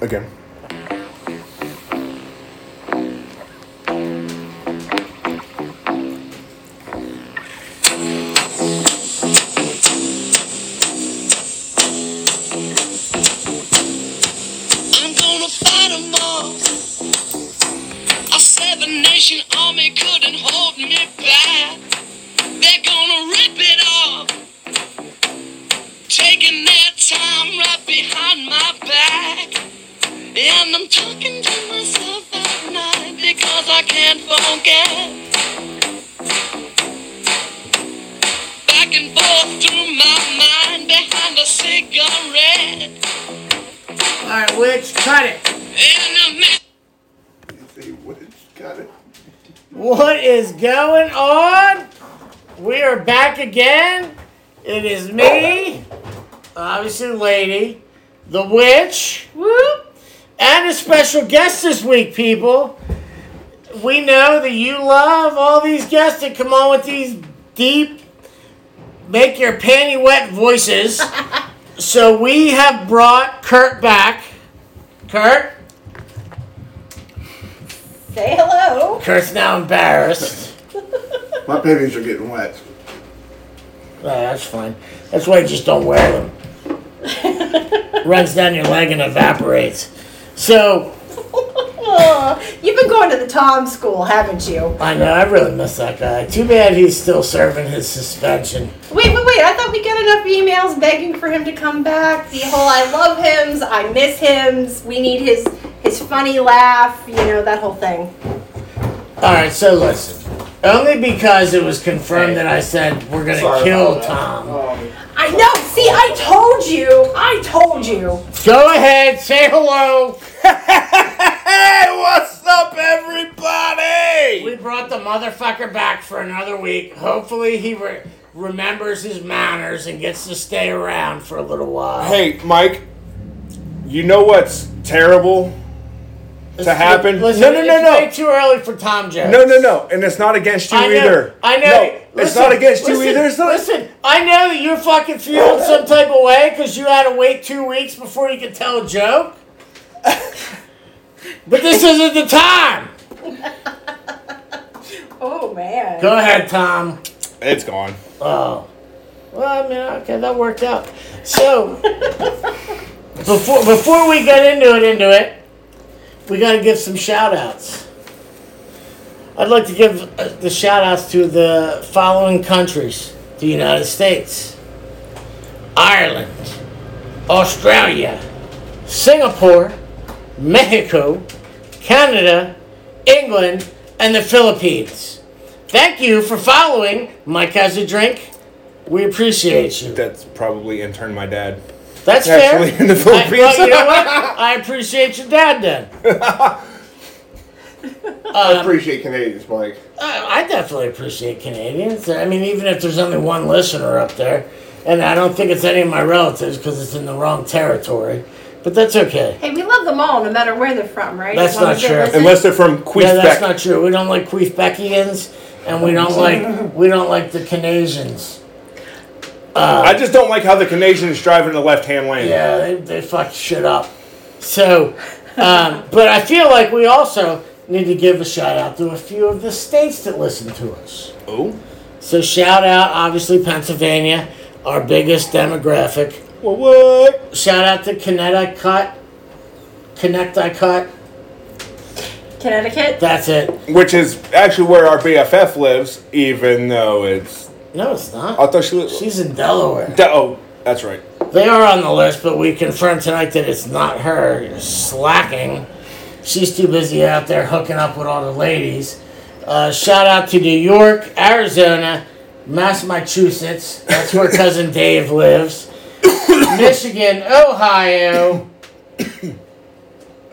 again. I'm gonna fight 'em all. A seven nation army couldn't hold me back. They're gonna rip it off. Taking their time right behind my back. And I'm talking to myself at night because I can't forget. Back and forth through my mind behind a cigarette. All right, witch, cut it. And a man. Say what? Got it. What is going on? We are back again. It is me, obviously, lady, the witch, whoop, and a special guest this week, people. We know that you love all these guests that come on with these deep, make your panty wet voices. so we have brought Kurt back. Kurt, Say hello. Kurt's now embarrassed. My panties are getting wet. Oh, that's fine. That's why you just don't wear them. Runs down your leg and evaporates. So You've been going to the Tom School, haven't you? I know I really miss that guy. Too bad he's still serving his suspension. Wait, wait, wait. I thought we got enough emails begging for him to come back. The whole I love hims, I miss hims, we need his his funny laugh, you know, that whole thing. All right, so listen. Only because it was confirmed that I said we're gonna kill Tom. I know. See, I told you. I told you. Go ahead, say hello. Hey, what's up, everybody? We brought the motherfucker back for another week. Hopefully, he re- remembers his manners and gets to stay around for a little while. Hey, Mike, you know what's terrible? Listen, happen? listen, No, no, no, it's no. Way too early for Tom Jones. No, no, no. And it's not against you I know, either. I know. No, it's Listen, not against you listen, either. It's not, Listen, I know that you're fucking feeling some type of way because you had to wait two weeks before you could tell a joke. but this isn't the time. Oh man. Go ahead, Tom. It's gone. Oh. Well, I mean, okay, that worked out. So, before before we get into it, into it, we got to give some shout outs. I'd like to give uh, the shout outs to the following countries the United States, Ireland, Australia, Singapore, Mexico, Canada, England, and the Philippines. Thank you for following Mike Has a Drink. We appreciate you. That's probably intern my dad. That's Actually, fair. in the I, Philippines. well, you know what? I appreciate your dad then. I appreciate Canadians, Mike. I, I definitely appreciate Canadians. I mean, even if there's only one listener up there, and I don't think it's any of my relatives because it's in the wrong territory, but that's okay. Hey, we love them all, no matter where they're from, right? That's As long not as they true. listen. Unless they're from Yeah, that's Quebec. not true. We don't like Queefbeckians, and we don't like we don't like the Canadians. I just don't like how the Canadians drive in the left hand lane. Yeah, they, they fucked shit up. So, um, but I feel like we also need to give a shout out to a few of the states that listen to us. Oh. So shout out, obviously Pennsylvania, our biggest demographic. Well, what? Shout out to Connecticut, Connecticut. Connecticut. That's it. Which is actually where our BFF lives, even though it's. No, it's I not. thought she lived. She's in Delaware. Da- oh, that's right. They are on the list, but we confirmed tonight that it's not her. You're slacking. She's too busy out there hooking up with all the ladies. Uh, shout out to New York, Arizona, Massachusetts. That's where cousin Dave lives. Michigan, Ohio,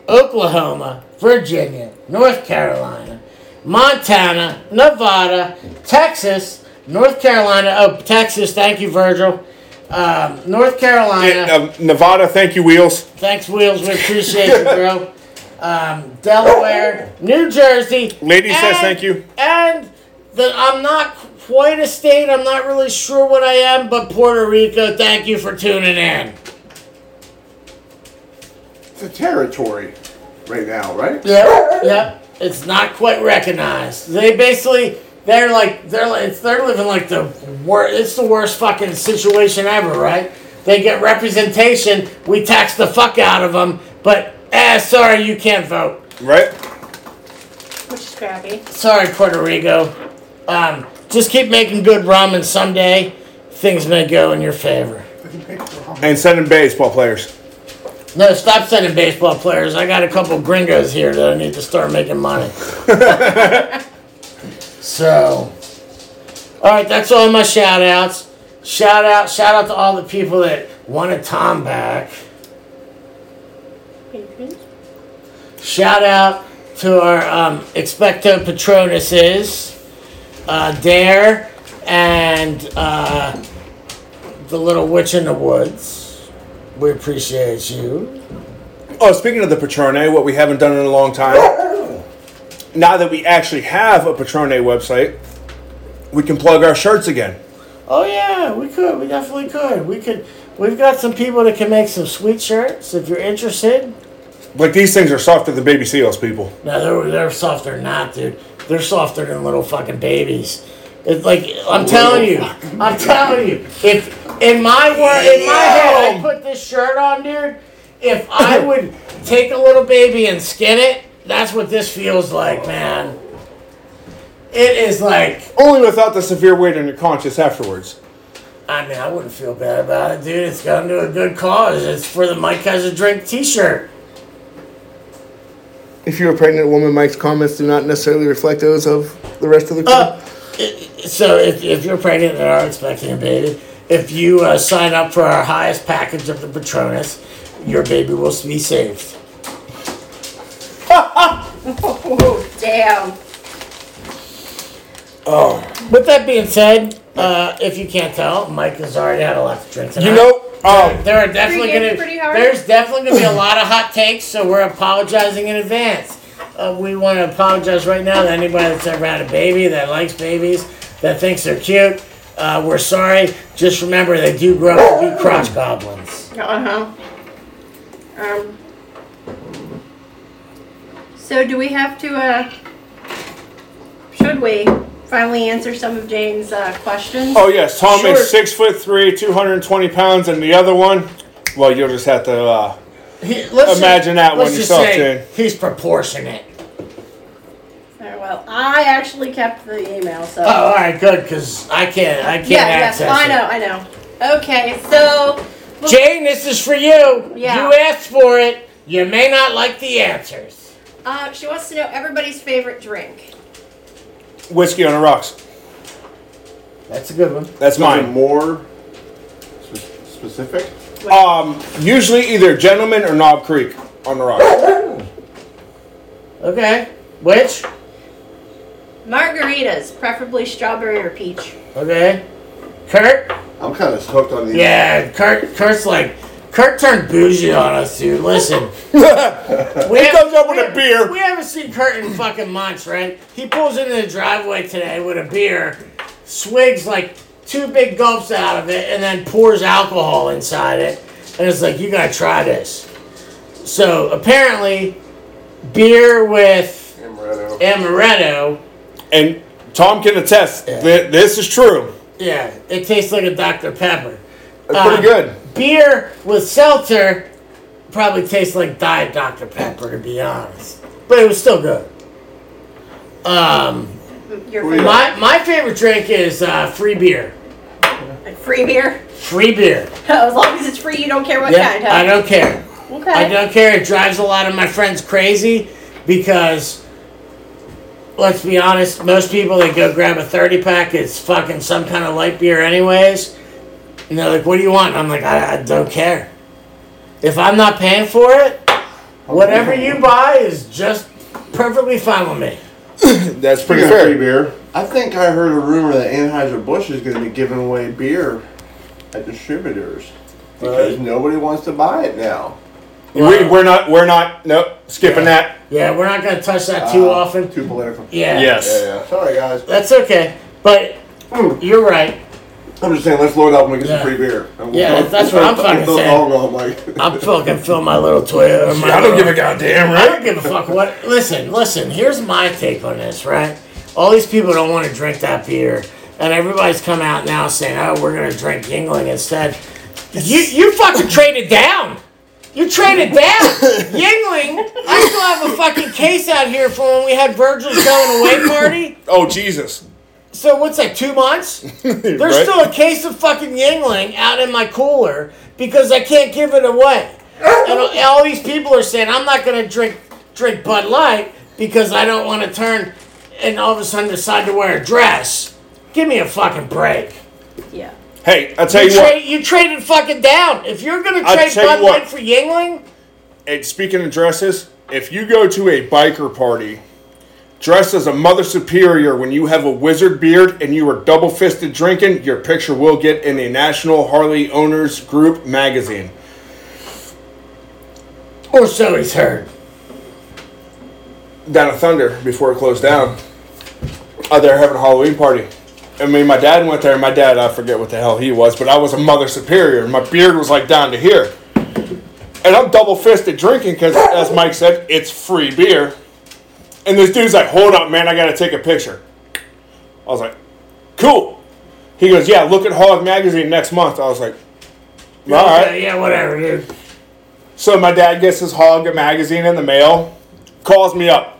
Oklahoma, Virginia, North Carolina, Montana, Nevada, Texas, North Carolina. Oh, Texas. Thank you, Virgil. Um, North Carolina. And, um, Nevada, thank you, Wheels. Thanks, Wheels. We appreciate you, bro. Um, Delaware, New Jersey. Lady says thank you. And the, I'm not quite a state. I'm not really sure what I am, but Puerto Rico, thank you for tuning in. the territory right now, right? Yep, yep. It's not quite recognized. They basically they're like they're like it's, they're living like the worst. It's the worst fucking situation ever, right? They get representation. We tax the fuck out of them, but eh, sorry, you can't vote. Right? Which is crappy. Sorry, Puerto Rico. Um, just keep making good rum, and someday things may go in your favor. And sending baseball players. No, stop sending baseball players. I got a couple gringos here that I need to start making money. so, all right, that's all my shout outs. Shout out, shout out to all the people that wanted Tom back. Shout out to our um, Expecto Patronuses, uh, Dare, and uh, the little witch in the woods. We appreciate you. Oh, speaking of the Patrone, what we haven't done in a long time. Now that we actually have a Patrone website, we can plug our shirts again. Oh yeah, we could. We definitely could. We could. We've got some people that can make some sweet shirts. If you're interested, Like these things are softer than baby seals, people. no, they're they're softer than not, dude. They're softer than little fucking babies. It's like I'm telling you, I'm telling you. If in my word, in my head, I put this shirt on, dude. If I would take a little baby and skin it, that's what this feels like, man. It is like Only without the severe weight on your conscience afterwards. I mean, I wouldn't feel bad about it, dude. It's gone to a good cause. It's for the Mike has a drink T-shirt. If you're a pregnant woman, Mike's comments do not necessarily reflect those of the rest of the crew. Uh, i- so if, if you're pregnant and are expecting a baby, if you uh, sign up for our highest package of the Patronus, your baby will be saved. Oh, damn. With that being said, uh, if you can't tell, Mike has already had a lot to drink tonight. You know, um, there are definitely Pre-gamed gonna pretty hard. there's definitely gonna be a lot of hot takes, so we're apologizing in advance. Uh, we want to apologize right now to anybody that's ever had a baby that likes babies that thinks they're cute. Uh, we're sorry. Just remember they do grow up to be crotch goblins. Uh huh. Um. So do we have to? uh Should we finally answer some of Jane's uh, questions? oh yes, Tom Sure. is six foot three, two hundred and twenty pounds, and the other one, well, you'll just have to uh, He- let's Imagine that let's one just yourself, say Jane. He's proportionate. All right, well, I actually kept the email, so. Oh, all right, good, because I can't I can't yeah, yes, access I it. know, I know. Okay, so Jane, this is for you. Yeah. You asked for it. You may not like the answers. uh, she wants to know everybody's favorite drink. whiskey on the rocks. That's a good one. That's Something mine. more spe- specific. Um, usually either Gentleman or Knob Creek on the rocks. Okay. Which? Margaritas, preferably strawberry or peach. Okay. Kurt? I'm kind of hooked on these. Yeah, Kurt Kurt's like Kurt turned bougie on us, dude. Listen. we He comes up with we- a beer. We haven't seen Kurt in fucking months, right? He pulls into the driveway today with a beer, swigs like two big gulps out of it, and then pours alcohol inside it. And it's like, you gotta try this. So apparently, beer with Amaretto. amaretto And Tom can attest that this is true. Yeah, it tastes like a Dr. Pepper. It's Uh, pretty good. Beer with seltzer probably tastes like Diet Dr. Pepper, to be honest. But it was still good. Um, Your Free- favorite, my, my favorite drink is uh, free beer. like free beer? Free beer. as long as it's free, you don't care what kind, huh? I don't care. Okay. I don't care. It drives a lot of my friends crazy because, let's be honest, most people that go grab a 30 pack, it's fucking some kind of light beer, anyways. And they're like, what do you want? And I'm like, I, I don't care. If I'm not paying for it, whatever you buy is just perfectly fine with me. That's pretty Speaking of free fair. beer, I think I heard a rumor that Anheuser-Busch is going to be giving away beer at distributors because Really? nobody wants to buy it now. We, we're not. We're not. Nope. Skipping that. Yeah, we're not going to touch that too Uh, often. Too political. yeah. Yes. Hmm. Yeah, yeah. Sorry, guys. That's okay. But you're right. I'm just saying, let's load up and we get Yeah. some free beer. And Yeah, we'll- that's what I'm we'll- fucking we'll saying. all go, like- I'm fucking filling my little Toyota. or My I don't little- give a goddamn, I right? don't give a fuck what. Listen, listen. Here's my take on this, right? All these people don't want to drink that beer, and everybody's come out now saying, "Oh, we're gonna drink Yingling instead." You you fucking traded down. You traded down. Yingling. I still have a fucking case out here for when we had Virgil's going away party. Oh Jesus! So what's that? Two months? There's Right? still a case of fucking Yingling out in my cooler because I can't give it away. And all these people are saying I'm not gonna drink drink Bud Light because I don't want to turn and all of a sudden decide to wear a dress. Give me a fucking break. Yeah. Hey, I tell You, you tra- what. you traded fucking down. If you're gonna I'll trade tell you Bud what. Light for Yingling, And speaking of dresses, if you go to a biker party dressed as a mother superior when you have a wizard beard and you are double fisted drinking, your picture will get in a National Harley Owners Group magazine. or oh, so he's heard. down at Thunder before it closed down. Out there having a Halloween party. I mean, my dad went there. My dad, I forget what the hell he was, but I was a mother superior. My beard was like down to here. And I'm double fisted drinking because, as Mike said, it's free beer. And this dude's like, hold up, man, I got to take a picture. I was like, cool. He goes, yeah, look at Hog Magazine next month. I was like, all right. Yeah, whatever, dude. So my dad gets his Hog magazine in the mail, calls me up.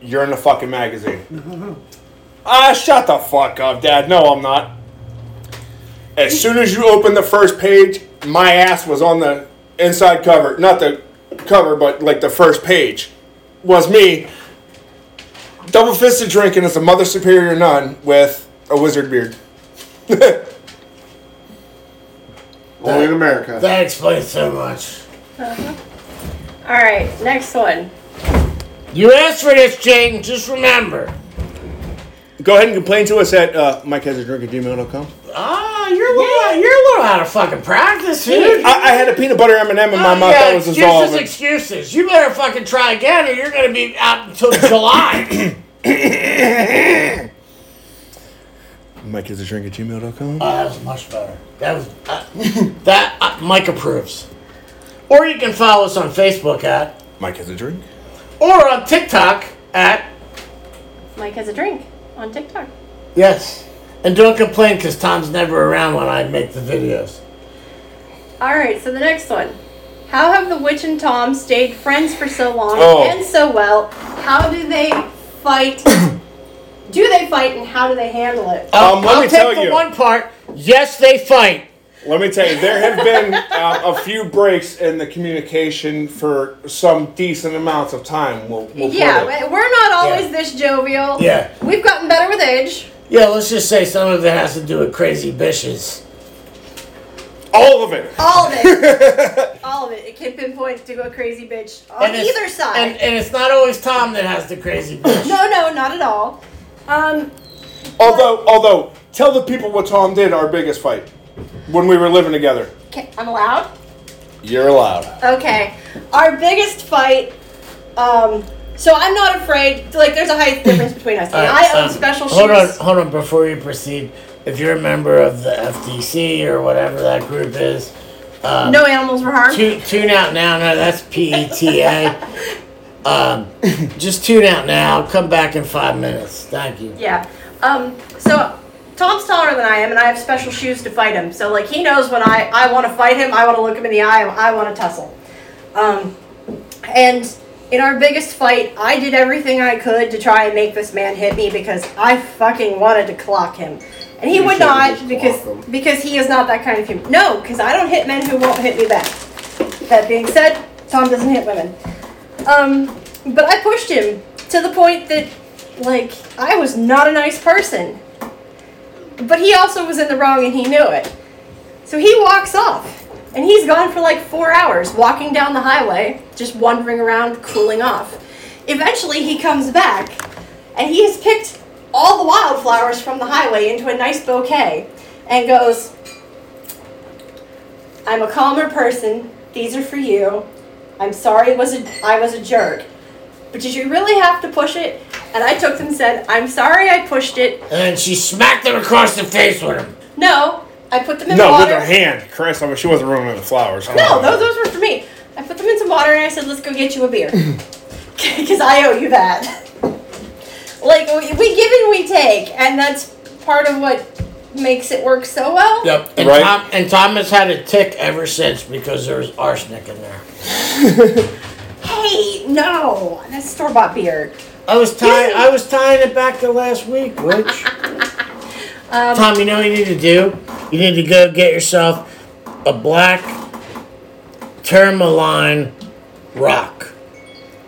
You're in the fucking magazine. Ah, shut the fuck up, Dad. No, I'm not. As soon as you open the first page, my ass was on the inside cover. Not the cover, but like the first page was me. Double fisted drinking as a mother superior nun with a wizard beard. Only in America. That explains so much. All right, next one. You asked for this, Jane. Just remember. Go ahead and complain to us at uh, mikehasardrink at gmail.com. Ah, you're a little, you're a little out of fucking practice, dude. I, I had a peanut butter M and m in my Oh, mouth that was excuses, dissolving. excuses. You better fucking try again, or you're gonna be out until July. Mike is a drink at gmail.com. Oh, that was much better. That was uh, that uh, Mike approves. Or you can follow us on Facebook at, Mike has a drink. or on TikTok at. Mike has a drink on TikTok. Yes. And don't complain because Tom's never around when I make the videos. All right, so the next one. How have the witch and Tom stayed friends for so long Oh. and so well? How do they fight? do they fight and how do they handle it? I'll, Um, let I'll me take tell the you. one part. Yes, they fight. Let me tell you, there have been uh, a few breaks in the communication for some decent amounts of time. We'll, we'll put yeah, it. we- we're not always Yeah. this jovial. Yeah. We've gotten better with age. Yeah, let's just say some of it has to do with crazy bitches. all of it. All of it. All of it. It can pinpoint to a crazy bitch on it's- either side. And, and it's not always Tom that has the crazy bitch. no, no, not at all. Um, Although, although, tell the people what Tom did our biggest fight when we were living together. ca- I'm allowed? You're allowed. Okay. Our biggest fight. Um, so I'm not afraid. Like, there's a height difference between us. And I own Um, special hold shoes. on, hold on. Before you proceed, if you're a member of the FTC or whatever that group is, um, No animals were harmed. tune, tune out now. No, that's PETA. um, just tune out now. Come back in five minutes. Thank you. Yeah. Um, so Tom's taller than I am, and I have special shoes to fight him. So like he knows when I I want to fight him, I want to look him in the eye, I want to tussle. Um, and in our biggest fight, I did everything I could to try and make this man hit me because I fucking wanted to clock him, and he You would should've not just because clocked him. because he is not that kind of human. No, because I don't hit men who won't hit me back. That being said, Tom doesn't hit women. Um, but I pushed him to the point that, like, I was not a nice person. But he also was in the wrong and he knew it. So he walks off. And he's gone for like four hours, walking down the highway, just wandering around, cooling off. Eventually, he comes back and he has picked all the wildflowers from the highway into a nice bouquet and goes, I'm a calmer person. These are for you. I'm sorry was a, I was a jerk. But did you really have to push it? And I took them and said, I'm sorry I pushed it. And then she smacked him across the face with him. No, I put them in No, with water. her hand. Christ, I mean, she wasn't ruining the flowers. Come No, on. those, those were for me. I put them in some water and I said, let's go get you a beer. Because I owe you that. Like, we, we give and we take, and that's part of what makes it work so well. Yep. And, Right. Tom, and Tom has had a tick ever since because there was arsenic in there. Hey, no, that's store bought beer. I was tying. I was tying it back to last week, which. Tom, you know what you need to do? You need to go get yourself a black tourmaline rock.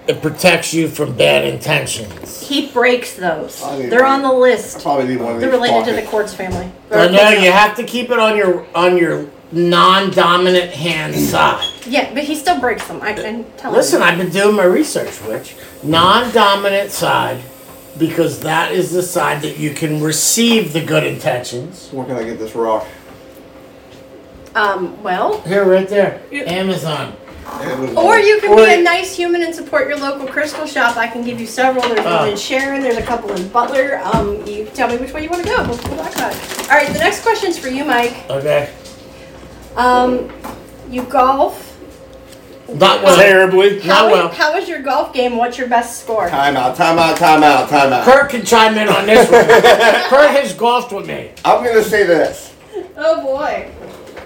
It protects you from bad intentions. He breaks those. I mean, They're on the I list. probably need one of these. They're related to the pocket- Quartz family. But no, you have to keep it on your on your non-dominant hand side. Yeah, but he still breaks them. I can tell Listen, you. I've been doing my research, Rich. Non-dominant side, because that is the side that you can receive the good intentions. Where can I get this rock? Um, well, Here, right there, Yeah. Amazon. or you can Or- be a nice human and support your local crystal shop. I can give you several. There's one Oh. in Sharon. There's a couple in Butler. Um, you tell me which way you want to go. We'll, we'll talk about it. All right. The next question's for you, Mike. Okay. Um, you golf. Not well. Terribly. Not How is- well. how is your golf game? What's your best score? Time out, time out, time out, time out. Kurt can chime in on this one. Kurt has golfed with me. I'm gonna say this. Oh boy.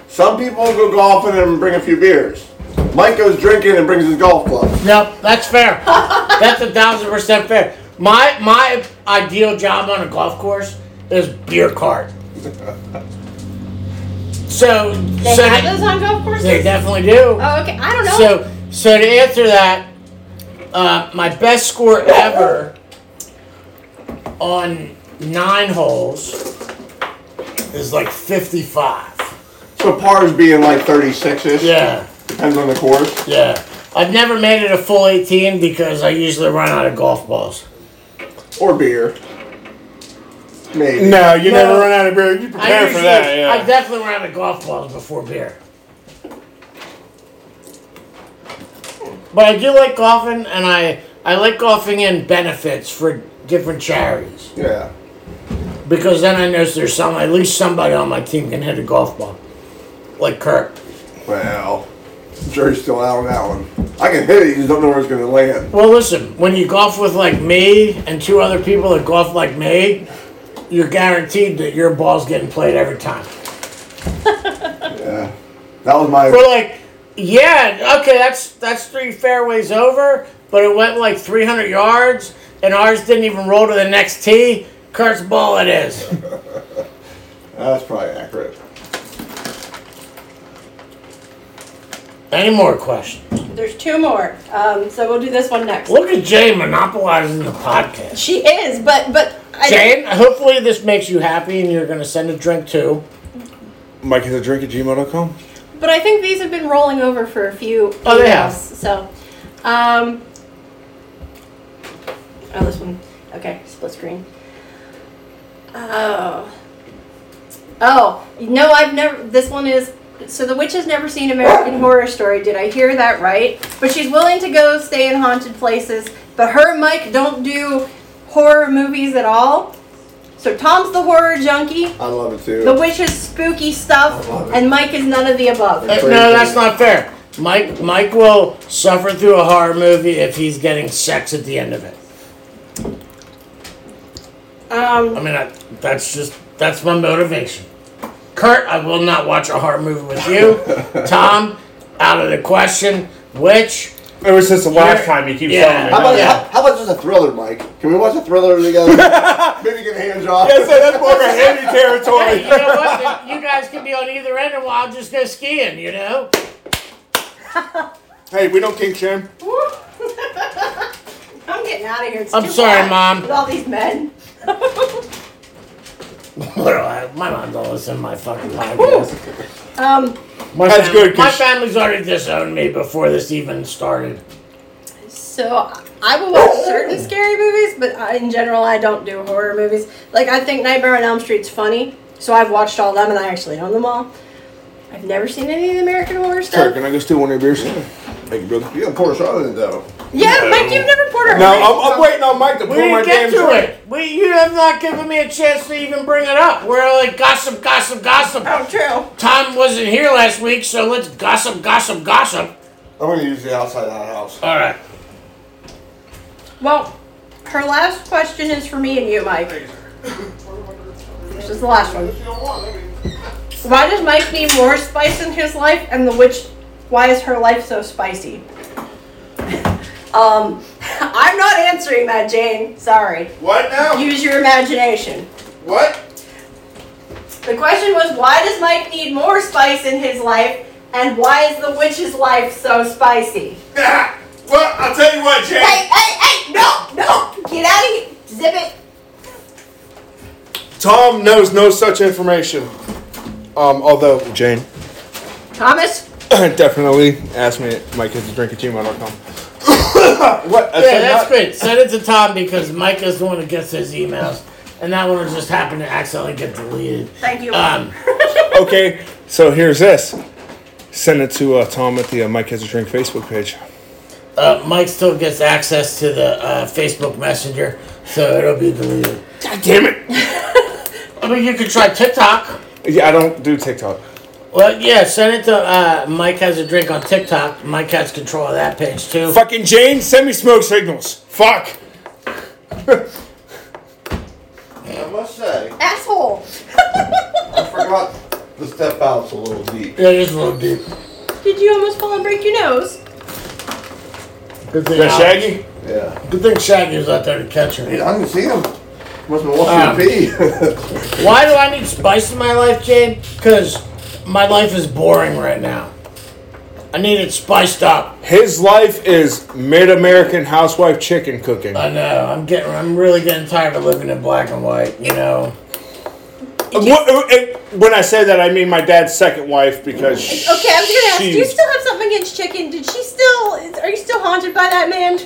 Some people go golfing and bring a few beers. Mike goes drinking and brings his golf club. No, that's fair. That's a thousand percent fair. My my ideal job on a golf course is beer cart. So They so have that- those on golf courses. they definitely do. oh, okay. I don't know. So, so to answer that, uh, my best score ever on nine holes is like fifty-five. So pars being like 36ish. Yeah, Depends on the course. yeah. I've never made it a full eighteen because I usually run out of golf balls. Or beer. Maybe. No, you No. never run out of beer. You I prepare for usually- that, yeah. I definitely run out of golf balls before beer. But I do like golfing, and I I like golfing in benefits for different charities. Yeah. Because then I know there's some at least somebody on my team can hit a golf ball. Like Kirk. Well, jury's still out on that one. I can hit it, you just don't know where it's gonna land. Well listen, when you golf with like me and two other people that golf like me, you're guaranteed that your ball's getting played every time. Yeah. That was my. We're like, yeah, okay, that's that's three fairways over, but it went like three hundred yards and ours didn't even roll to the next tee. Kurt's ball it is. That's probably accurate. Any more questions? There's two more. Um, so we'll do this one next. Look at Jane monopolizing the podcast. She is, but but I, Jane, hopefully this makes you happy and you're going to send a drink too. Mike is a drink at gmail.com. But I think these have been rolling over for a few. Oh, they emails, have. So, um, oh, this one. Okay, split screen. Oh, oh, no, I've never. This one is. So the witch has never seen American Horror Story. Did I hear that right? But she's willing to go stay in haunted places. But her and Mike don't do horror movies at all. So Tom's the horror junkie. I love it too. The witch is spooky stuff, I love it. and Mike is none of the above. Uh, No, that's not fair. Mike Mike will suffer through a horror movie if he's getting sex at the end of it. I Um, mean, I, that's just that's my motivation. Kurt, I will not watch a horror movie with you. Tom, out of the question. Which Ever since the last You're- time he keeps yeah. How telling me. about, Yeah. how, how about just a thriller, Mike? Can we watch a thriller together? Maybe get hands off. Yeah, so that's more of a heavy hey, you territory. know what? Then You guys can be on either end, and I'll just go skiing. You know. hey, we don't kink shame. I'm getting out of here. It's I'm too sorry, hot Mom. With all these men. What do I? My mom's always in my fucking podcast. Um, My That's family- good, My 'cause- family's already disowned me before this even started. so I will watch certain scary movies, but I, in general, I don't do horror movies. Like I think Nightmare on Elm Street's funny, so I've watched all them, and I actually own them all. I've never seen any of the American Horror Kirk, stuff. can I go steal one of your beers? Thank you, brother. You gotta pour a shot in it though. Yeah, Mike, you've never poured our Now drink. I'm, I'm waiting on Mike to We pour my damn didn't get to drink. it. We, you have not given me a chance to even bring it up. We're like gossip, gossip, gossip. Oh, true. Tom wasn't here last week, so let's gossip, gossip, gossip. I'm gonna use the outside of the house. All right. Well, her last question is for me and you, Mike. This is the last one. Why does Mike need more spice in his life, and the witch? Why is her life so spicy? um, I'm not answering that, Jane. Sorry. What now? Use your imagination. what? The question was, why does Mike need more spice in his life, and why is the witch's life so spicy? Ah, well, I'll tell you what, Jay. Hey, hey, hey! No, no! Get out of here! Zip it! Tom knows no such information. Um, although Jane Thomas, definitely asked me at my kids to drink at gmail.com. what? I Yeah, said that's not- great. Send it to Tom because Mike is the one who gets his emails, and that one will just happen to accidentally get deleted. thank you. Um, Okay, so here's this. Send it to uh, Tom at the uh, Mike Has a Drink Facebook page. uh, Mike still gets access to the uh, Facebook Messenger, so it'll be deleted. God damn it! I mean, you could try TikTok. Yeah, I don't do TikTok. Well, yeah, send it to uh, Mike has a drink on TikTok. Mike has control of that page too. Fucking Jane, send me smoke signals. Fuck. I must say, Asshole! I forgot to step out a little deep. It is a little deep. Did you almost fall and break your nose? Good thing, That Al- Shaggy? Yeah. good thing Shaggy was out there to catch her. I didn't see him. Must have lost your pee. Why do I need spice in my life, Jane? Because my life is boring right now. I need it spiced up. His life is mid American housewife chicken cooking. I know. I'm getting. I'm really getting tired of living in black and white. You know. What- and when I say that, I mean my dad's second wife because. Okay, I was gonna ask, do you she's- still have something against chicken? Did she still. is- Are you still haunted by that man?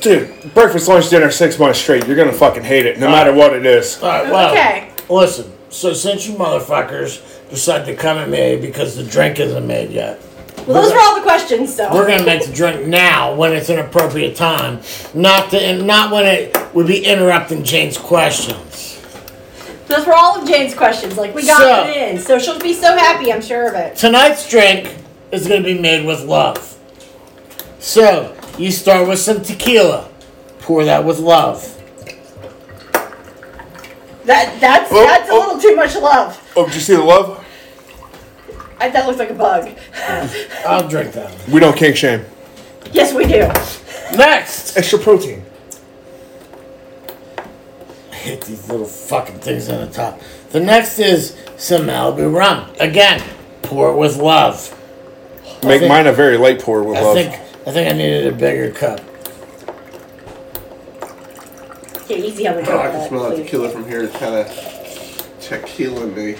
Dude, breakfast, lunch, dinner, six months straight. You're gonna fucking hate it, no matter what it is. All right. Well. Okay. Listen. So since you motherfuckers decided to come at me because the drink isn't made yet, Well, those were all the questions, so. we're gonna make the drink now when it's an appropriate time, not to, and not when it would be interrupting Jane's questions. Those were all of Jane's questions. Like, we got So- it in, so she'll be so happy, I'm sure of it. Tonight's drink is gonna be made with love. So you start with some tequila, pour that with love. That That's, Oh, that's a oh. little too much love. Oh, did you see the love? I, that looks like a bug. I'll drink that. one. We don't kink shame. yes, we do. Next. Extra protein. hit these little fucking things on the top. The next is some Malibu rum. Again, pour it with love. Make think- mine a very light pour with I love. think I think I needed a bigger cup. Yeah, easy on the Oh, door. I can smell that tequila from here. It's kind of tequila me.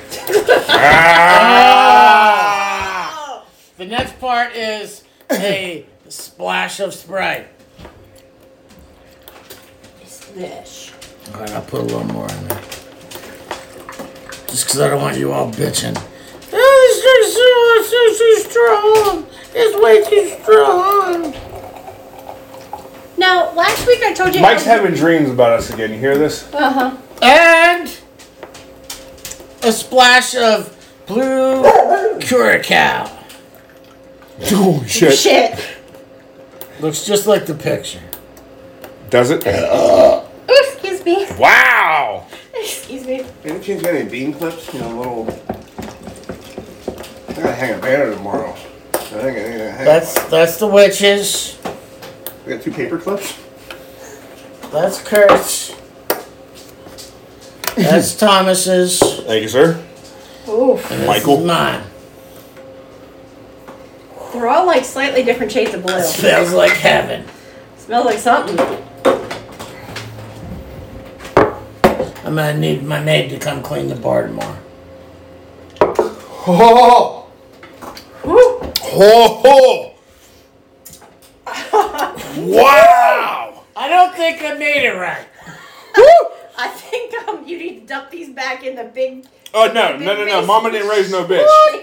The next part is a splash of Sprite. Swish. All right, I'll put a little more in there. Just because I don't want you all bitching. This drink's so, so, so strong. It's way too strong. Now, last week I told you. Mike's having dreams about us again. You hear this? Uh huh. And a splash of blue curacao. Oh shit. Shit. Looks just like the picture. Does it? Ooh, excuse me. Wow. Excuse me. Any chance you got any bean clips? You know, little. I gotta hang a banner tomorrow. I think I need to hang That's one. that's the witches. I got two paper clips. That's Kurt's. That's Thomas's. Thank you, sir. Oof. This is Michael. mine. They're all like slightly different shades of blue. Smells like heaven. Smells like something. I'm gonna need my maid to come clean the bar tomorrow. Oh, Woo. oh, oh. wow. I don't think I made it right. I think um, you need to dump these back in the big. Oh no, no, no, no. Mama didn't raise no bitch. the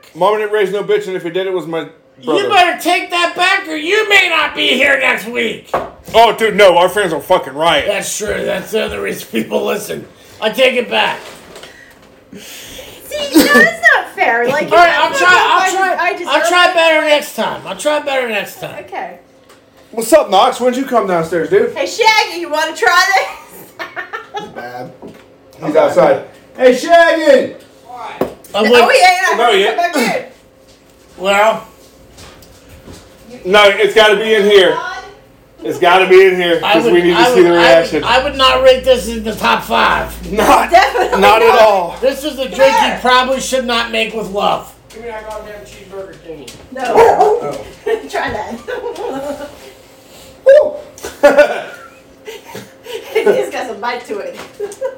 fuck? Mama didn't raise no bitch, and if it did, it was my brother. You better take that back or you may not be here next week. oh, dude, no, our fans will fucking riot. That's true. That's the other reason people listen. I take it back. See, no, that's not fair. Like, All right, I'll I try. I'll try. I just, I I'll try better next time. I'll try better next time. Okay. What's up, Knox? When'd you come downstairs, dude? Hey, Shaggy, you want to try this? Bad. He's outside. Hey, Shaggy! I'm oh, like, yeah, yeah. No, yeah. Come back in. well, No, it's got to be in here. It's got to be in here I because would, we need to I, see would, the I, would, reaction. I would not rate this in the top five. not, Definitely not at all. This is a drink you here. probably should not make with love. Give me that goddamn cheeseburger thingy. No. try that. It's got some bite to it.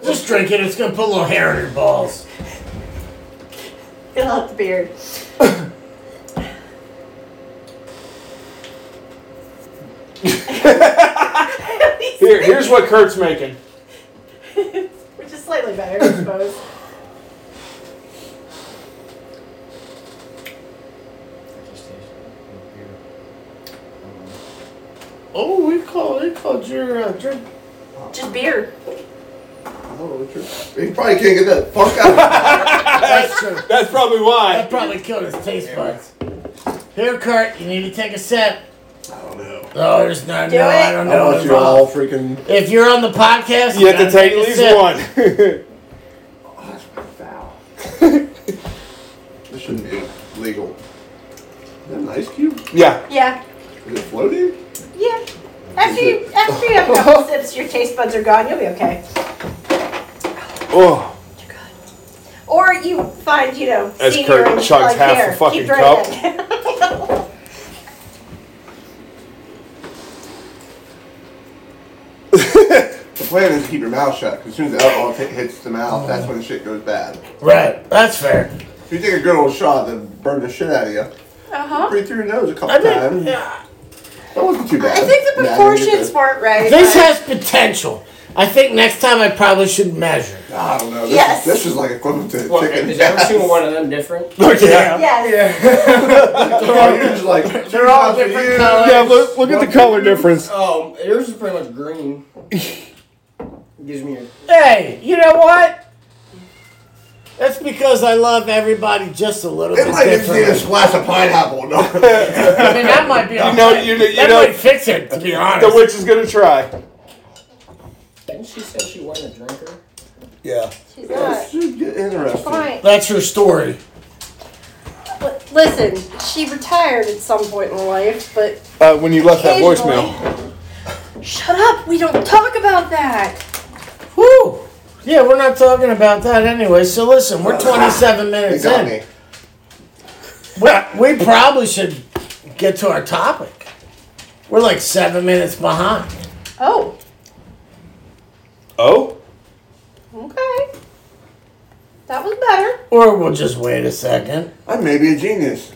Just drink it. It's gonna put a little hair in your balls. It'll help the beard. Here, here's what Kurt's making. Which is slightly better, I suppose. Oh, we call they called your uh, drink. Just beer. Oh, Richard. He probably can't get that fuck out That's true. That's probably That why. probably killed his taste buds. Here, Kurt, you need to take a sip. of him. I don't know. No, there's not. Do no, I it. don't I know. want you all freaking. If you're on the podcast, You have to gotta take at a least sip. one. Oh, that's my foul. this shouldn't be legal. Is that an ice cube? yeah. Yeah. Is it floating? Yeah. After you, after you have a couple sips, your taste buds are gone. You'll be okay. Oh. Or you find, you know, As senior Kurt and chugs like half the hair. fucking Keep drinking. The plan is to keep your mouth shut. 'cause as soon as the alcohol t- hits the mouth, that's when the shit goes bad. Right, that's fair. If you take a good old shot, then burn the shit out of you. uh huh. Breathe through your nose a couple I mean, times. yeah, That wasn't too bad. I think the Nah, you're good. proportions weren't right. this has potential. I think next time I probably should measure. I don't know. This, Yes. is, this is like equivalent to What, chicken. is every single one of them different? yeah. Yes. They're all just like They're all different colors. Yeah, look, look at the color difference. Um, yours is pretty much green. Gives me a. Hey, you know what? That's because I love everybody just a little It bit might just need a different. splash of pineapple. No. I mean, that might be. You know, you know- you that know- might fix it. To be honest, The witch is gonna try. Didn't she say she wasn't a drinker? Yeah. She's not. should get interesting. Fine. that's her story. L- Listen, she retired at some point in life, but Uh, when you left that Occasionally. voicemail. shut up. We don't talk about that. Woo! Yeah, we're not talking about that anyway. So listen, we're 27 They minutes got in. me. We, we probably should get to our topic. We're like seven minutes behind. Oh. Oh. Okay. That was better. Or we'll just wait a second. I may be a genius.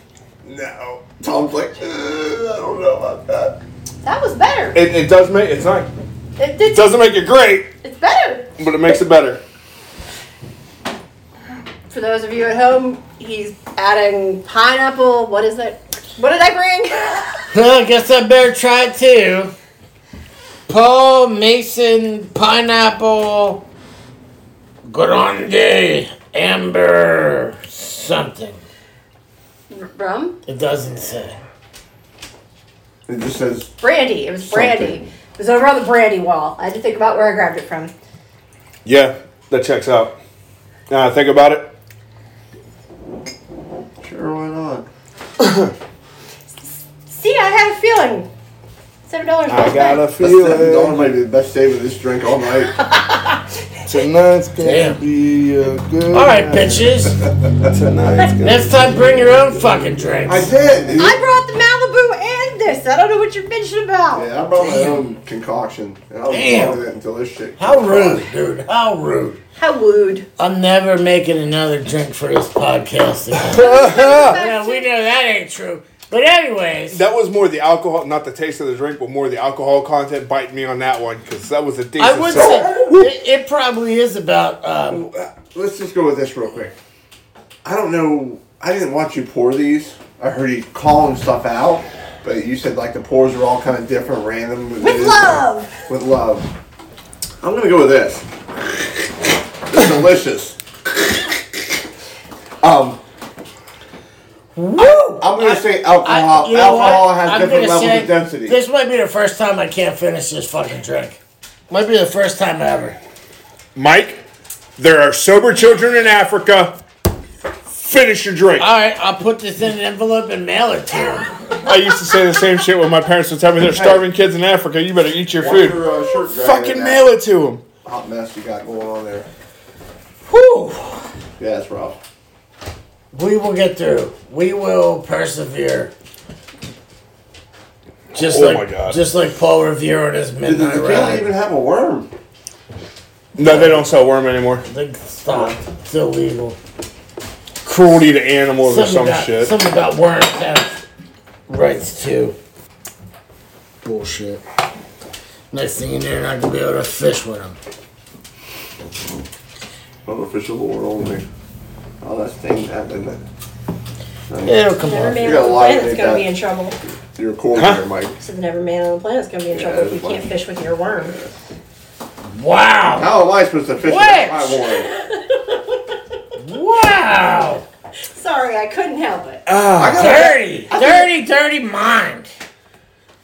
No. Tom's like, "Uh, I don't know about that. That was better. It, it does make it's not. It, did. It doesn't make it great, it's better. but it makes it better. For those of you at home, he's adding pineapple. What is it? What did I bring? Well, I guess I better try it too. Paul Mason Pineapple Grande Amber something. Rum? It doesn't say. It just says, Brandy. It was brandy. It was over on the brandy wall. I had to think about where I grabbed it from. Yeah, that checks out. Now I think about it. sure, why not? See, I had a feeling. Seven dollars. I got a That's the, that one feeling might be the best day with this drink all night. Tonight's gonna Damn. be a good. All right, night. bitches. Tonight's gonna Next time, bring your own fucking drinks. I did. dude. I brought the Malibu and this. I don't know what you're bitching about. yeah, I brought my own concoction. And I was Damn. doing it until this shit. How rude, dude. How rude. How wooed. I'm never making another drink for this podcast again. yeah, we know that ain't true. But anyways, that was more the alcohol, not the taste of the drink, but more the alcohol content biting me on that one because that was a decent. I would sip. say it, it probably is about um, Uh, Let's just go with this real quick. I don't know. I didn't watch you pour these. I heard he calling stuff out, but you said like the pores were all kind of different, random. With love. With love. I'm gonna go with this. It's delicious. Um, Woo! I'm gonna say alcohol. you know alcohol what? has I'm different gonna levels say of density. This might be the first time I can't finish this fucking drink. Might be the first time ever. Mike, there are sober children in Africa. Finish your drink. All right, I'll put this in an envelope and mail it to him. I used to say the same shit when my parents would tell me they're starving kids in Africa. You better eat your What's food. your, uh, shirt dragging Fucking in mail that it to them. Hot mess you got going on there. Whew. Yeah, that's rough. We will get through. We will persevere. Just Oh like my God. just like Paul Revere on his Did the midnight tequila even rally. have a worm? No, they don't sell worm anymore. They stopped. It's illegal. Cruelty to animals or Oh, some about, shit. Something about worms have rights too. Bullshit. Next thing you know, you're not gonna be able to fish with them. Unofficial lore only. Oh, that's thing that, isn't it? It'll come Never on. man You got on a the lot of planet's big gonna be guys. in trouble. You're cool Huh? there, Mike. So the never man on the planet's gonna be in trouble if you everybody. can't fish with your worm. Wow! How am I supposed to fish with my Which? worm? Wow! Sorry, I couldn't help it. I got a, Dirty, dirty, dirty mind.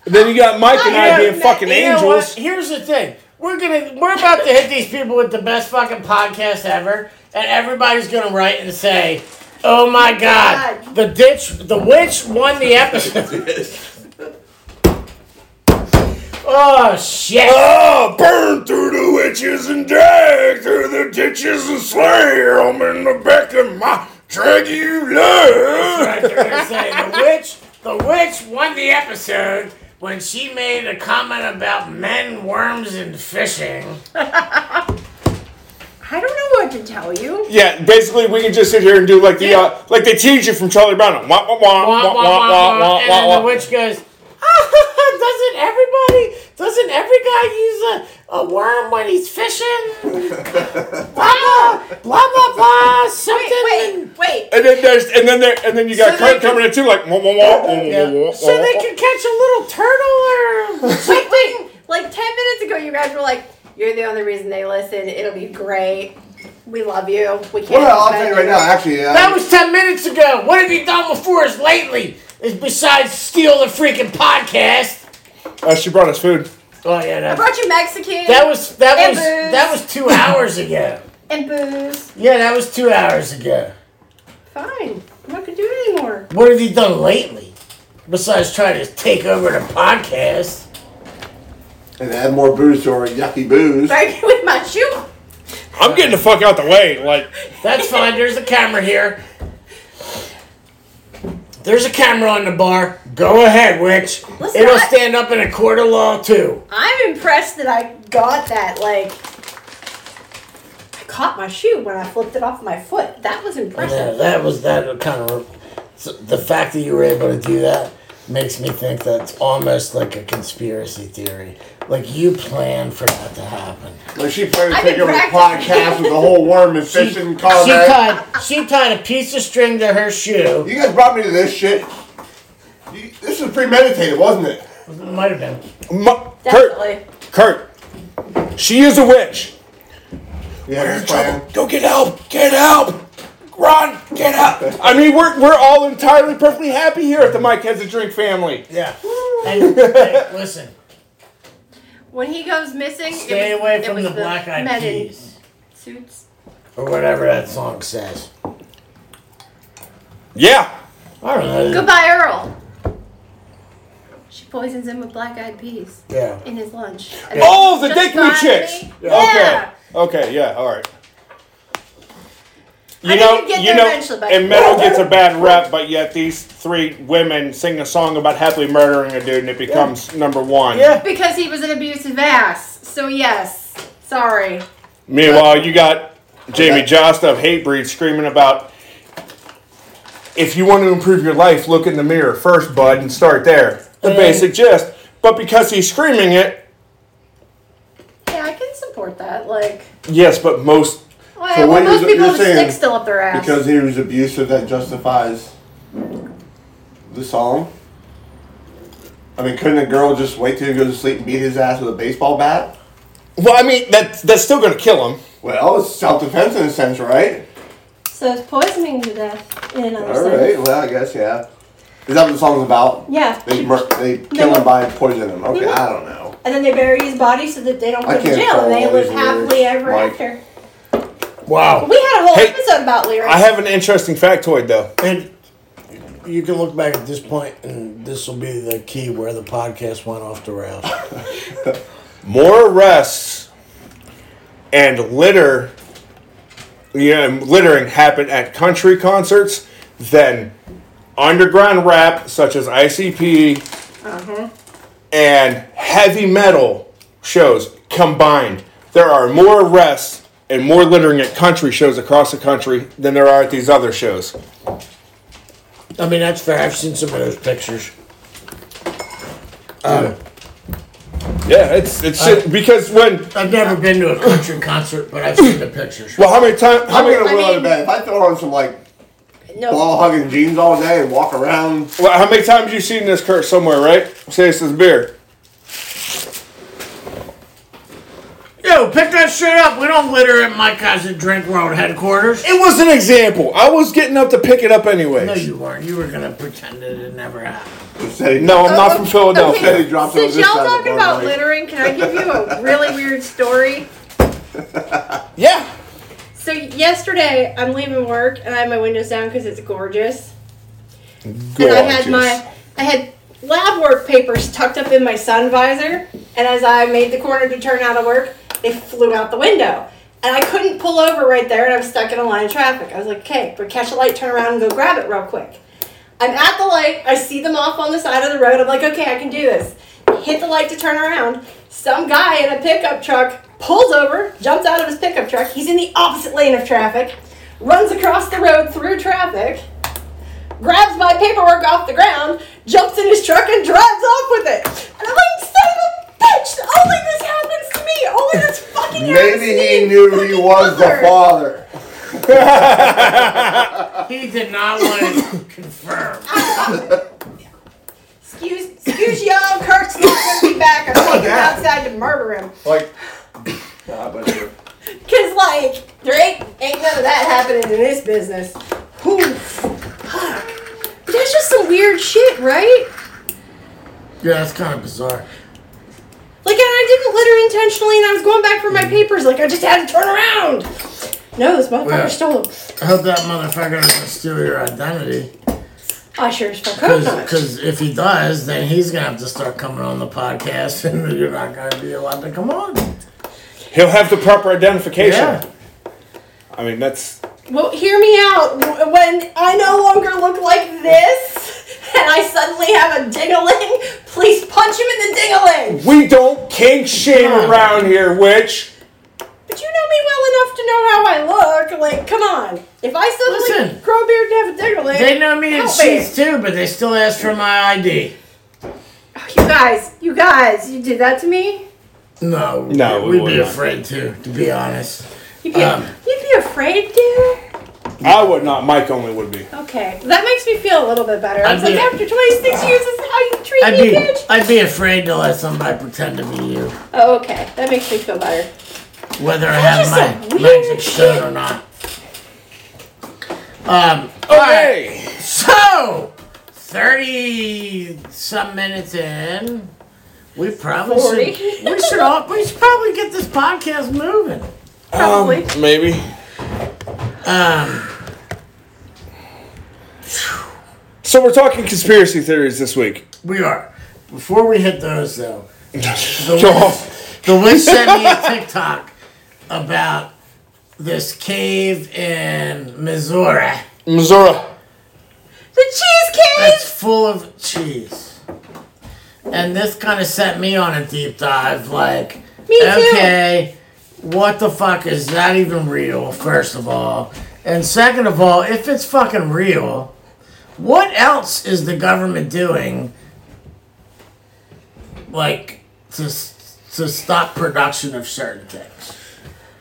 Then you got Mike and I Yeah, being man, fucking You know what? angels. Here's the thing. We're gonna we're about to hit these people with the best fucking podcast ever, and everybody's gonna write and say, "Oh my god, the ditch, the witch won the episode." oh shit! Oh, burn through the witches and drag through the ditches and slay 'em in the back of my drag you Right, they're love. gonna say the witch, the witch won the episode when she made a comment about men, worms, and fishing. I don't know what to tell you. Yeah, basically we can just sit here and do like the Yeah. uh, like they teach you from Charlie Brown. Wah, wah, wah, wah, wah, wah, wah, wah, wah, wah, and wah, then wah. the witch goes, "Ah, doesn't everybody, doesn't every guy use a, a worm when he's fishing? blah, blah, blah, blah, blah, something. Wait, wait. And then there's and then there and then you got So Kurt they can- coming in too, like wah, wah, wah, wah, wah, wah, Yeah. So wah, they wah. can catch a little turtle or Wait, something. wait. Like 10 minutes ago, you guys were like, you're the only reason they listen. It'll be great. We love you. We can't. well, I'll do tell you better." right now. Actually, yeah, That was 10 minutes ago. What have you done before us lately? Is besides steal the freaking podcast. Uh, she brought us food. Oh, yeah, I that, brought you Mexican that was, that It was, was- that was two hours ago. and booze. Yeah, that was two hours ago. Fine. I'm not going to do it anymore. What have you done lately? Besides trying to take over the podcast. and add more booze to our yucky booze. Right with my shoe. I'm getting the fuck out the way. Like That's fine, there's a camera here. There's a camera on the bar. Go ahead, witch. Listen, It'll I- stand up in a court of law, too. I'm impressed that I got that. Like, I caught my shoe when I flipped it off my foot. That was Yeah, impressive. uh, that was that kind of. so The fact that you were able to do that makes me think that's almost like a conspiracy theory. Like you planned for that to happen. Like she planned to I've take been over the practicing. podcast with the whole worm and fishing She comment. tied, she tied a piece of string to her shoe. You guys brought me to this shit. You, this was premeditated, wasn't it? Might have been. mu- Kurt, Definitely. Kurt, she is a witch. Yeah, this plan. Go get help. Get help. Run. Get help. I mean, we're we're all entirely perfectly happy here at the Mike has a drink family. Yeah. Hey, hey, listen. When he goes missing, it Stay was- away it from was the black eyed men in peas. Suits. Or whatever that song says. Yeah. I don't know. Goodbye, Earl. She poisons him with black eyed peas Yeah. in his lunch. Oh, the Just Dick Me fine chicks. with me. Okay. Yeah. Okay. Yeah. All right. You I know, think you'd get you there know, eventually, but- and metal gets a bad rep, but yet these three women sing a song about happily murdering a dude, and it becomes number one. Yeah. Because he was an abusive ass. So, yes. Sorry. Meanwhile, you got Jamie Jost of Hatebreed screaming about if you want to improve your life, look in the mirror first, bud, and start there. The Mm. basic gist. But because he's screaming it, Yeah, I can support that. Like, yes, but most well, So what most you're- people you're have a saying stick still up their ass. Because he was abusive, that justifies the song? I mean, couldn't a girl just wait till he goes to sleep and beat his ass with a baseball bat? Well, I mean, that, that's still going to kill him. Well, it's self defense in a sense, right? So it's poisoning to death in another All sense. right. Well, I guess yeah. Is that what the song's about? Yeah. They mur- they kill him by poisoning him. Okay, I don't know. And then they bury his body so that they don't I put him in can't jail and follow they all live these happily lyrics, ever Mike. after. Wow. We had a whole Hey, episode about lyrics. I have an interesting factoid, though. And you can look back at this point, and this will be the key where the podcast went off the rails. More arrests and litter, you know, and littering happened at country concerts than underground rap, such as ICP and heavy metal shows combined. There are more arrests and more littering at country shows across the country than there are at these other shows. I mean, that's fair. I've seen some of those pictures. Yeah, it's it's shit, Uh, because when I've never been to a country concert, but I've seen the pictures. well, how many times? How I'm many? gonna I roll out of mean- bed. If I throw on some like no. ball hugging jeans all day and walk around, Well, how many times you seen this Kurt somewhere, right? Say it's this beer. Yo, pick that shit up. We don't litter at my cousin Drink World headquarters. It was an example. I was getting up to pick it up anyway. No, No, you weren't. You were gonna pretend it had never happened. say, I'm not from Philadelphia. Okay. He drops it Since on this y'all side of the talking bar, about right? littering, can I give you a really weird story? Yeah. So yesterday, I'm leaving work and I had my windows down because it's gorgeous. And I had my, I had lab work papers tucked up in my sun visor, and as I made the corner to turn out of work, they flew out the window. And I couldn't pull over right there, and I was stuck in a line of traffic. I was like, okay, but catch a light, turn around, and go grab it real quick. I'm at the light, I see them off on the side of the road, I'm like, okay, I can do this. Hit the light to turn around. Some guy in a pickup truck pulls over, jumps out of his pickup truck, he's in the opposite lane of traffic, runs across the road through traffic grabs my paperwork off the ground, jumps in his truck, and drives off with it. And I'm like, son of a bitch! Only this happens to me! Only this fucking happens to Maybe me, he you knew he fucking was the fucker." father. He did not want to confirm. Excuse, excuse y'all, Kurt's not gonna be back. I'm taking him Yeah. outside to murder him. Like, nah, but you're- Cause like, there ain't, ain't none of that happening in this business. Whew. Fuck. But that's just some weird shit, right? Yeah, that's kind of bizarre. Like, and I didn't litter intentionally, and I was going back for my papers. Like, I just had to turn around. No, this motherfucker Yeah. stole them. I hope that motherfucker doesn't steal your identity. I sure as fuck hope not. Because if he does, then he's gonna have to start coming on the podcast, and you're not gonna be allowed to come on. He'll have the proper identification. Yeah. I mean, that's Well, hear me out. W- When I no longer look like this, and I suddenly have a ding-a-ling, please punch him in the ding-a-ling. we don't kink shame Yeah. around here, which But you know me well enough to know how I look. Like, come on. If I suddenly Listen. grow a beard and have a ding-a-ling, They know me in help me. sheets too, but they still ask for my ID. Oh, You guys, you guys, you did that to me. No, No, we we'd would be not. afraid too, to be honest. You'd be, Um. you'd be afraid, dude. I would not. Mike only would be. Okay, that makes me feel a little bit better. I I'd was like, be- after 26 years, this is how you treat I'd me, be, bitch. I'd be afraid to let somebody pretend to be you, Oh, okay, that makes me feel better. whether I have just my some weird magic stone or not. Um. all right. Okay. So, thirty some minutes in, we probably 40. should. We should. All, we should probably get this podcast moving. Probably. Maybe. Um. So we're talking conspiracy theories this week. We are. Before we hit those, though, Go off. The Wiz sent me a TikTok about this cave in Missouri Missouri. the cheesecake. that's full of cheese. And this kind of set me on a deep dive like, Me too. okay, what the fuck is that even real, first of all? And second of all, if it's fucking real, what else is the government doing like to, s- to stop production of certain things?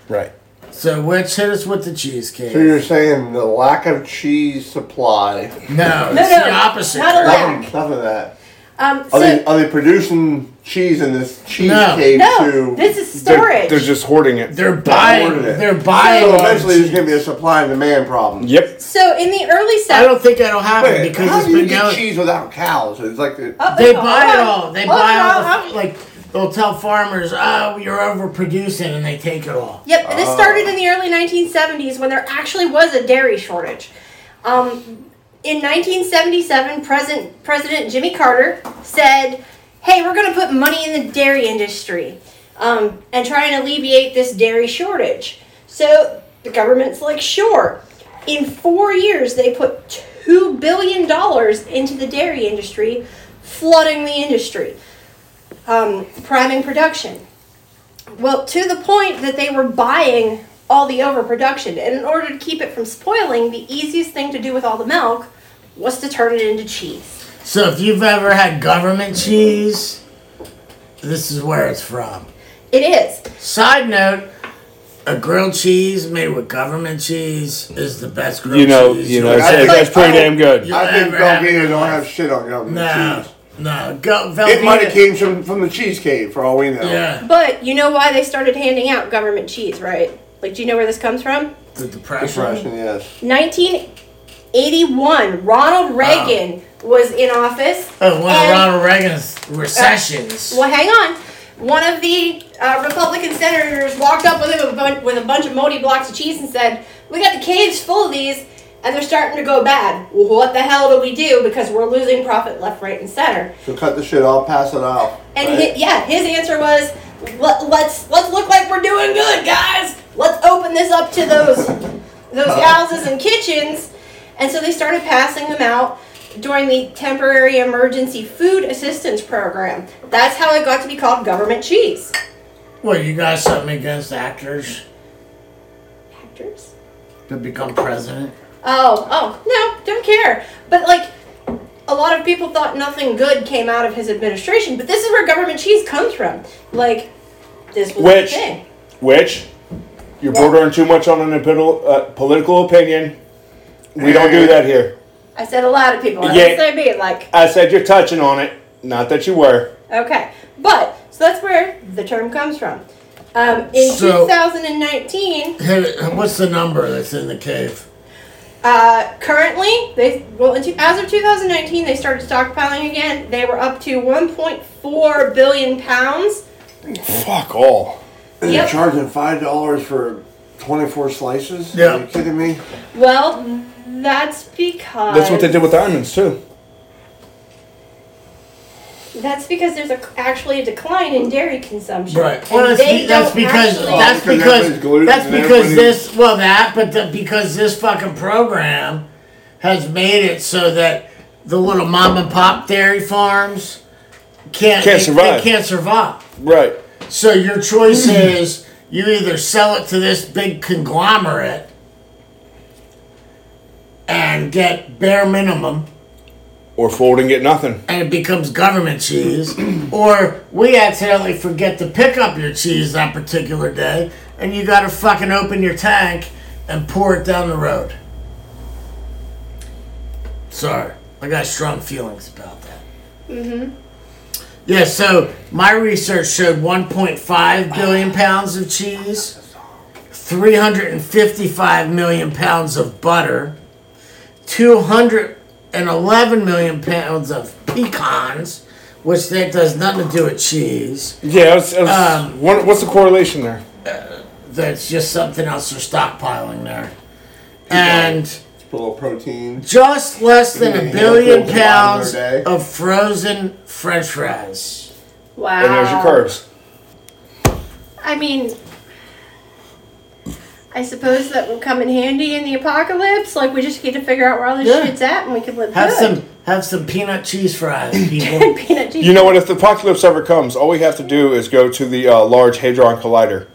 Right. So, which hit us with the cheesecake? So you're saying the lack of cheese supply? No, No, it's no, the opposite. not right? a lack. Nothing, nothing of that. Um, Are they so, are they producing cheese in this cheesecake no, to? this is They're- storage. They're just hoarding it. They're buying. ordered it. They're buying. so all the eventually, there's gonna be a cheese. supply and demand problem. Yep. so in the early I set, don't think that'll happen Wait, because how it's do you been get known- cheese without cows? It's like the, Oh, They oh, buy it oh, all. They oh, buy all oh, the, like they'll tell farmers, "Oh, you're overproducing," and they take it all. Yep, this started in the early 1970s when there actually was a dairy shortage. Um, in 1977, President, President Jimmy Carter said, Hey, we're going to put money in the dairy industry um, and try and alleviate this dairy shortage. So the government's like, Sure. In four years, they put $2 billion into the dairy industry, flooding the industry, um, priming production. Well, to the point that they were buying all the overproduction. And in order to keep it from spoiling, the easiest thing to do with all the milk was to turn it into cheese. So if you've ever had government cheese, this is where it's from. It is. Side note: a grilled cheese made with government cheese is the best grilled You know, cheese. you know, you'll it's, ever- think- that's pretty I damn good. you'll I think ever have in Velveeta your don't life. have shit on government No, cheese. no, go, It might Velveeta- have came from from the cheesecake for all we know. Yeah, But you know why they started handing out government cheese, right? Like, do you know where this comes from? the depression. Depression, yes. 1981, Ronald Reagan was in office. Oh, one of and- Ronald Reagan's recessions. Well, hang on. One of the uh, Republican senators walked up with him a bun- with a bunch of moldy blocks of cheese and said, "We got the caves full of these, and they're starting to go bad. What the hell do we do? Because we're losing profit left, right, and center." So cut the shit off, pass it out. And right? hi- yeah, his answer was, Let, "Let's let's look like we're doing good, guys. Let's open this up to those those houses and kitchens." And so they started passing them out during the temporary emergency food assistance program. That's how it got to be called government cheese. Well, you got something against actors Actors? to become president? Oh, oh, no, don't care. But like, a lot of people thought nothing good came out of his administration. But this is where government cheese comes from. Like, this was Which- the thing. Which you're bordering too much on an opinion- uh, political opinion. We don't do that here. I said a lot of people. I Yeah. didn't say me. Like, I said you're touching on it. Not that you were. okay, but so that's where the term comes from. Um, in So- 2019, Hey, what's the number that's in the cave? uh, currently they well, in two, as of 2019, they started stockpiling again. They were up to 1.4 billion pounds. Fuck all. And Yep. You're charging five dollars for twenty four slices? Yeah. Are you kidding me? Well, that's because That's what they did with diamonds too. That's because there's a, actually a decline in dairy consumption. Right. And Well, that's, they be, that's don't because actually- that's because because everybody's gluten that's and because everybody- this well that but the, because this fucking program has made it so that the little mom and pop dairy farms can't Can't they- survive. They can't survive. Right. So your choice is you either sell it to this big conglomerate and get bare minimum. Or fold and get nothing. and it becomes government cheese, or we accidentally forget to pick up your cheese that particular day, and you gotta fucking open your tank and pour it down the road. Sorry, I got strong feelings about that. Mm-hmm. Yeah, so my research showed 1.5 billion pounds of cheese, 355 million pounds of butter, 211 million pounds of pecans, which that does nothing to do with cheese. Yeah. It was, it was, Um, what, what's the correlation there? That's just something else they're stockpiling there. And A little protein. just less than a Yeah, billion those are on pounds their day. of frozen french fries. Wow. And there's your curves. I mean, I suppose that will come in handy in the apocalypse. Like we just get to figure out where all this Yeah. shit's at, and we can live Have good. some have some peanut cheese fries, people. peanut cheese. You know what? If the apocalypse ever comes, all we have to do is go to the uh, Large Hadron Collider.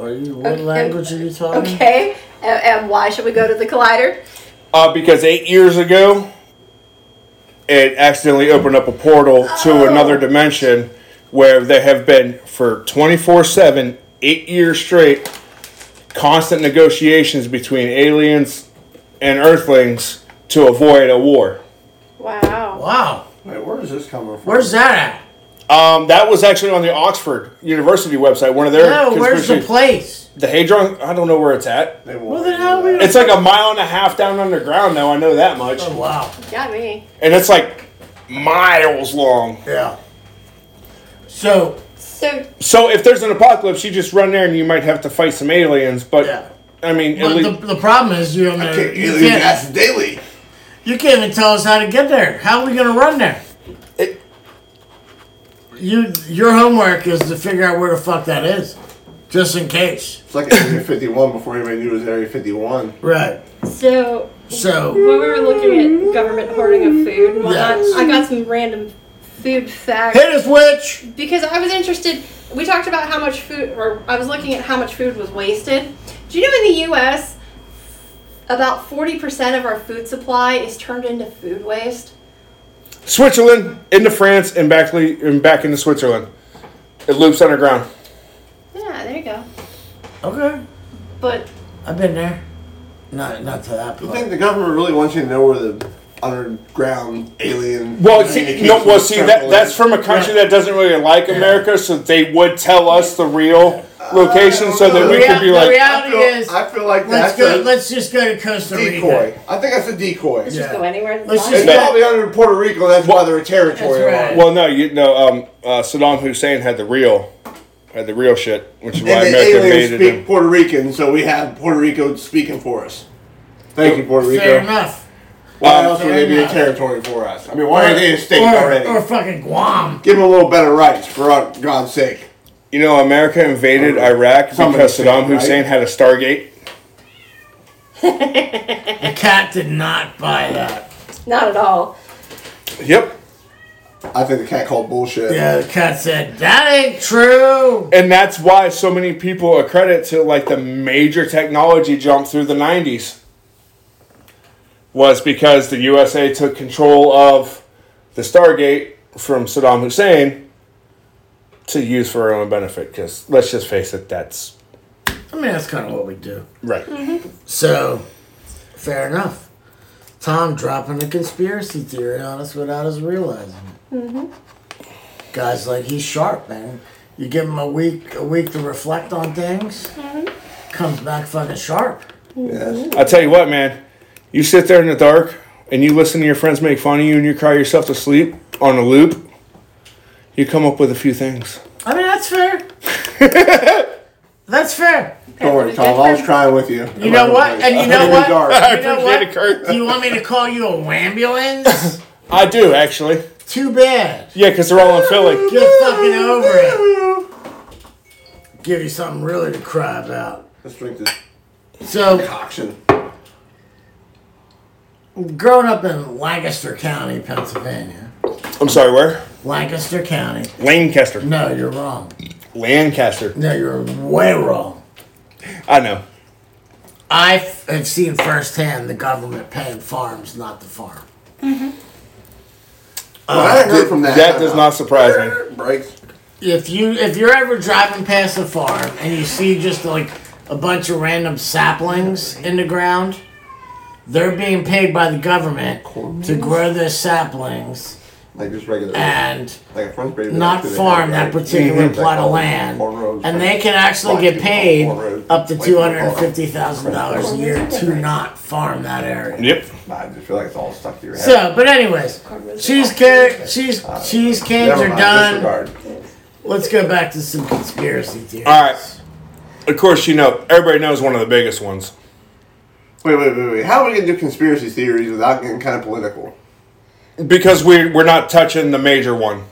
are you, what Okay. language are you talking? Okay. And, and why should we go to the collider? Uh, because eight years ago, it accidentally opened up a Oh. portal to another dimension where they have been for 24 7 eight years straight, constant negotiations between aliens and Earthlings to avoid a war. Wow. Wow. Wait, where is this coming from? Where's that Um, that was actually on the Oxford University website. One of at? their No, Oh, where's the conspiracy- place? the Hadron. I don't know where it's at. They won't Well, then do how we- that. It's like a mile and a half down underground now. I know that much, Oh, wow. Got me. and it's like miles long. Yeah. So, So So if there's an apocalypse, you just run there and you might have to fight some aliens. But Yeah. I mean, at but least, the, the problem is you don't know. Okay, You alien can't, accidentally. you can't even tell us how to get there. How are we going to run there? It- you Your homework is to figure out where the fuck that is, just in case. It's like Area 51 before anybody knew it was Area 51. Right. so So, when we were looking at government hoarding of food and whatnot, Yes. I got some random food facts. hit us, witch! because I was interested. We talked about how much food, or I was looking at how much food was wasted. Do you know in the U.S. about forty percent of our food supply is turned into food waste? Switzerland into France and back and back into Switzerland. It loops underground. Yeah, there you go. Okay. But I've been there. Not, not to that I think point. the government really wants you to know where the underground alien. Well, see, no, well, see that circle that's is. from a country that doesn't really like America, so they would tell us the real location, so that The we rea- could be the like, rea- I feel, Reality is- I feel like Let's that's go. a Let's just go to Costa Rica. decoy. I think that's a decoy. let's Yeah. just go anywhere. Let's Why? just- It's Yeah. probably under Puerto Rico. That's why they're a territory. That's right. well, no, you know, um, uh, Saddam Hussein had the real, had the real shit, which is why And the America aliens invaded speak him. Puerto Rican, so we have Puerto Rico speaking for us. Thank you, Puerto Rico. Fair enough. Why else would fair they be a enough. territory for us? I mean, why aren't they a state or, already? Or fucking Guam. Give them a little better rights, for our- God's sake. You know, America invaded Iraq Somebody because Saddam said, right? Hussein had a Stargate. The cat did not buy that. Not at all. Yep. I think the cat called bullshit. Yeah, the cat said that ain't true. And that's why so many people accredit to like the major technology jump through the 90s was because the USA took control of the Stargate from Saddam Hussein to use for our own benefit. Because let's just face it, that's I mean, that's kind of what we do. right. So, fair enough. Tom dropping a conspiracy theory on us without us realizing it. Guys, like he's sharp, man. You give him a week, a week to reflect on things. Comes back fucking sharp. I'll tell you what, man, you sit there in the dark and you listen to your friends make fun of you and you cry yourself to sleep on a loop, you come up with a few things. I mean, that's fair. that's fair. Don't worry, Tom. I was crying with you. You know what? And you know what? You know appreciate it, what? Kurt. Do you want me to call you a wambulance? I do, actually. Too bad. Yeah, because they're all in Philly. Get fucking over it. Give you something really to cry about. Let's drink this So, concoction. growing up in Lancaster County, Pennsylvania. I'm sorry, where? Lancaster County. Lancaster. No, you're wrong. Lancaster. No, you're way wrong. I know. I f- have seen firsthand the government paying farms not to farm. Well, I heard from that. uh, That does not surprise me. Breaks. if you if you're ever driving past a farm and you see just like a bunch of random saplings in the ground, they're being paid by the government to grow those saplings Like just regular. and like a French baby. Ah. not farm that particular plot of land. And they can actually get paid up to two hundred and fifty thousand dollars a year to not farm that area. Yep. I just feel like it's all stuck to your head. So, but anyways, cheese ca- cheese cheese cans Never are mind, done. disregard. Let's go back to some conspiracy theories. All right. Of course, you know, everybody knows one of the biggest ones. Wait, wait, wait, wait. How are we gonna do conspiracy theories without getting kind of political? Because we're, we're not touching the major one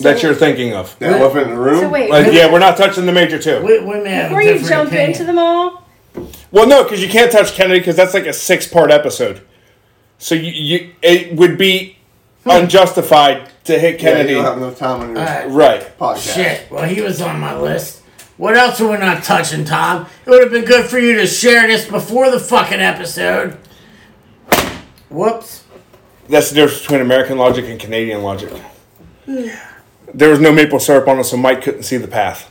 that So- you're thinking of. The elephant in the room. So wait, Like, yeah, we're not touching the major two. We, we may have before a you different jump opinion. into them all, Well, no, because you can't touch Kennedy because that's like a six part episode. So you, you it would be unjustified to hit Hmm. Yeah, you Kennedy. don't have enough time on your Alright. Right. podcast. Uh, Shit. Well, he was on my list. What else are we not touching, Tom? It would have been good for you to share this before the fucking episode. Whoops. That's the difference between American logic and Canadian logic. There was no maple syrup on it, so Mike couldn't see the path.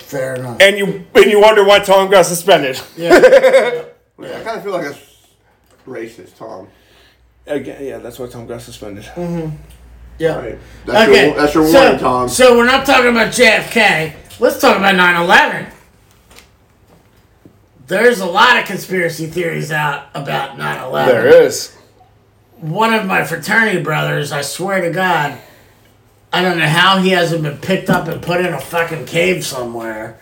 Fair enough. and you and you wonder why Tom got suspended. Yeah, I kind of feel like that's racist, Tom. Again, yeah, that's why Tom got suspended. Yeah. Right. That's your that's your so, warning, Tom. So we're not talking about JFK. Let's talk about 9 11. There's a lot of conspiracy theories out about 9 11. There is. One of my fraternity brothers, I swear to God, I don't know how he hasn't been picked up and put in a fucking cave somewhere,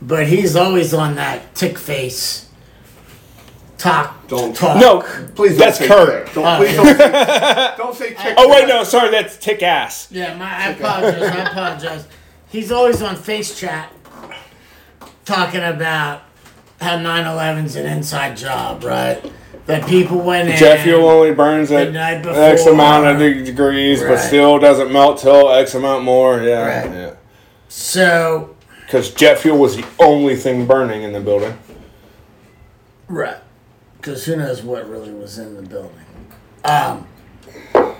but he's always on that tick face talk. Don't- talk. No, please, that's don't say Kurt. tick. Don't, Oh, please don't, say, don't say tick. Oh wait, no, sorry, that's Tick Ass. Yeah, my, I apologize. I apologize. He's always on Face Chat talking about how 9/11's an inside job, right? That people went in. Jet fuel only burns The at night X amount of before. de- degrees, Right. but still doesn't melt till X amount more. Yeah, Right. yeah. So, Because jet fuel was the only thing burning in the building. right. Because who knows what really was in the building. Um,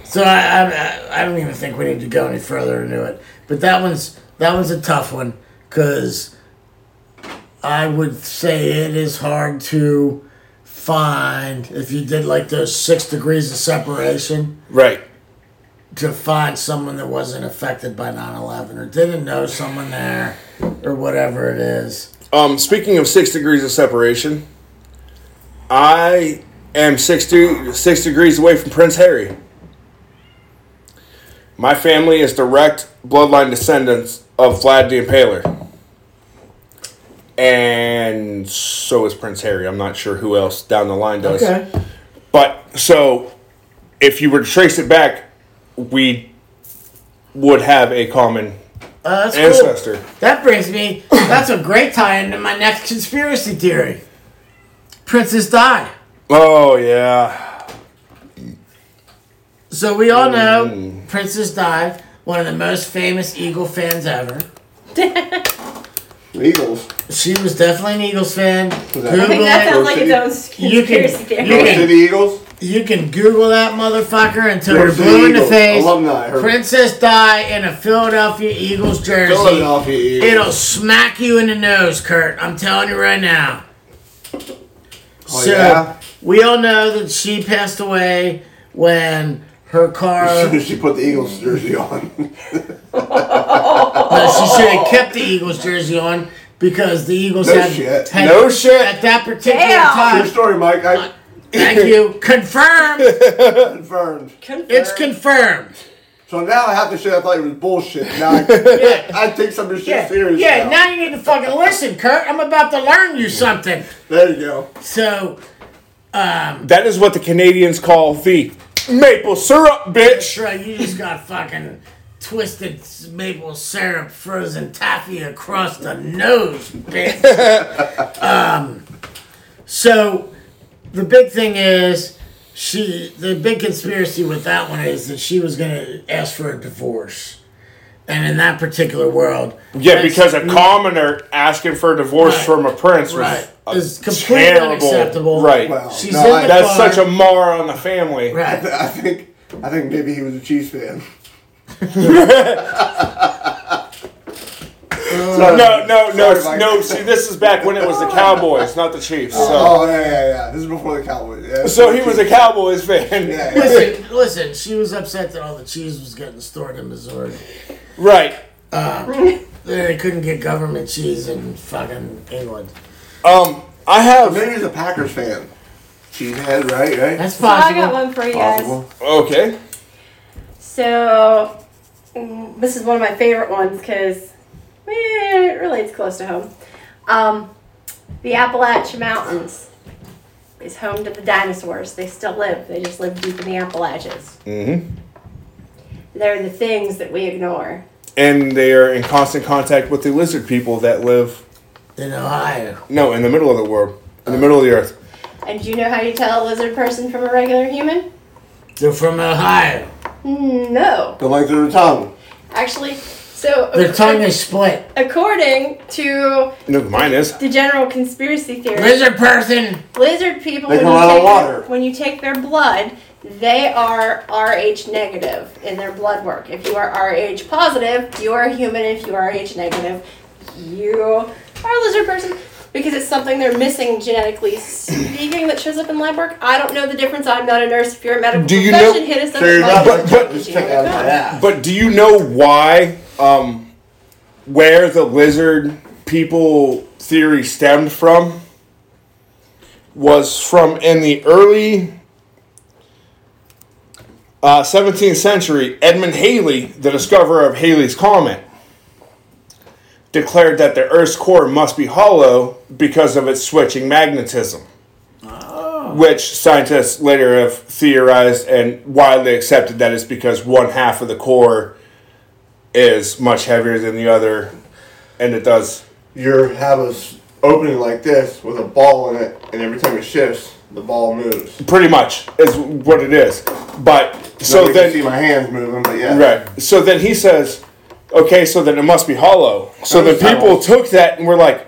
so I, I, I don't even think we need to go any further into it. But that one's that one's a tough one because I would say it is hard to find if you did like those six degrees of separation Right. to find someone that wasn't affected by 9-11 or didn't know someone there or whatever it is Um, speaking of six degrees of separation, I am six de- six degrees away from Prince Harry. My family is direct bloodline descendants of Vlad the Impaler. And so is Prince Harry. I'm not sure who else down the line does. But so, if you were to trace it back, we would have a common Uh, that's cool. ancestor. That brings me. That's a great tie into my next conspiracy theory. Princess Di. Oh yeah, So we all know Mm. Princess Di, one of the most famous Eagle fans ever. Eagles. She was definitely an Eagles fan. Google I I think that it. sounds like its own You can- conspiracy theory. you North can- City Eagles. You can Google that motherfucker until North you're City blue in the Eagles. face. Alumni. Her- Princess Di in a Philadelphia Eagles jersey. Philadelphia Eagles. It'll smack you in the nose, Kurt. I'm telling you right now. Oh, so yeah? we all know that she passed away when her car. As soon as she put the Eagles jersey on. no, uh, she should have kept the Eagles jersey on because the Eagles No had, shit. had- No shit. at that particular Damn. True time. story, Mike. I Thank you. Confirmed. confirmed. It's confirmed. So now half the shit I thought it was bullshit. Now I, I take some of this shit Yeah, serious. yeah. now. Now you need to fucking listen, Kurt. I'm about to learn you something. There you go. So that is what the Canadians call the maple syrup, bitch. Sure, you just got fucking twisted maple syrup frozen taffy across the nose, bitch. um, so the big thing is she the big conspiracy with that one is that she was gonna ask for a divorce. And in that particular world Yeah, that's- because a commoner asking for a divorce Right. from a prince was right, a is completely terrible- unacceptable. Right. Wow. She's No, in I- the That's car, such a mar on the family. right. I think I think maybe he was a Chiefs fan. Sorry. No, no, Sorry, no, Mike. no. See, this is back when it was the Cowboys, not the Chiefs. So, Oh yeah, yeah, yeah. This is before the Cowboys. Yeah, so he was a Cowboys fan. Yeah, yeah. Listen, listen, she was upset that all the cheese was getting stored in Missouri. Right. They couldn't get government cheese in fucking England. Um, I have Maybe he's a Packers fan. Cheesehead, right? Right. That's I possible. got one for you guys. Possible. okay. So, mm, this is one of my favorite ones because it relates close to home. Um, the Appalachian Mountains is home to the dinosaurs. They still live, they just live deep in the Appalachians. Mm-hmm. They're the things that we ignore. And they are in constant contact with the lizard people that live In Ohio. no in the middle of the world, in the middle of the earth. And do you know how you tell a lizard person from a regular human? They're from Ohio. No. The length of the tongue. Actually, so Their tongue is split. according to No, mine is. the general conspiracy theory, Lizard person. lizard people They when come you, out of take water. Their, when you take their blood they are rh negative in their blood work if you are rh positive you are human if you are rh negative you are a lizard person because it's something they're missing genetically speaking that shows up in lab work. I don't know the difference. I'm not a nurse. If you're a medical Do you know- profession, hit us up. So you're at not lab- gonna but- just check out my ass. But do you know why, um, where the lizard people theory stemmed from? Was from in the early uh, 17th century, Edmund Halley, the discoverer of Halley's Comet, declared that the Earth's core must be hollow because of its switching magnetism. Which scientists later have theorized and widely accepted that is because one half of the core is much heavier than the other, and it does. You have a s- opening like this with a ball in it, and every time it shifts, the ball moves. Pretty much is what it is. But so So then then, see my hands moving, but yeah. right? So then he says, "Okay, so then it must be hollow." So then people took that and were like,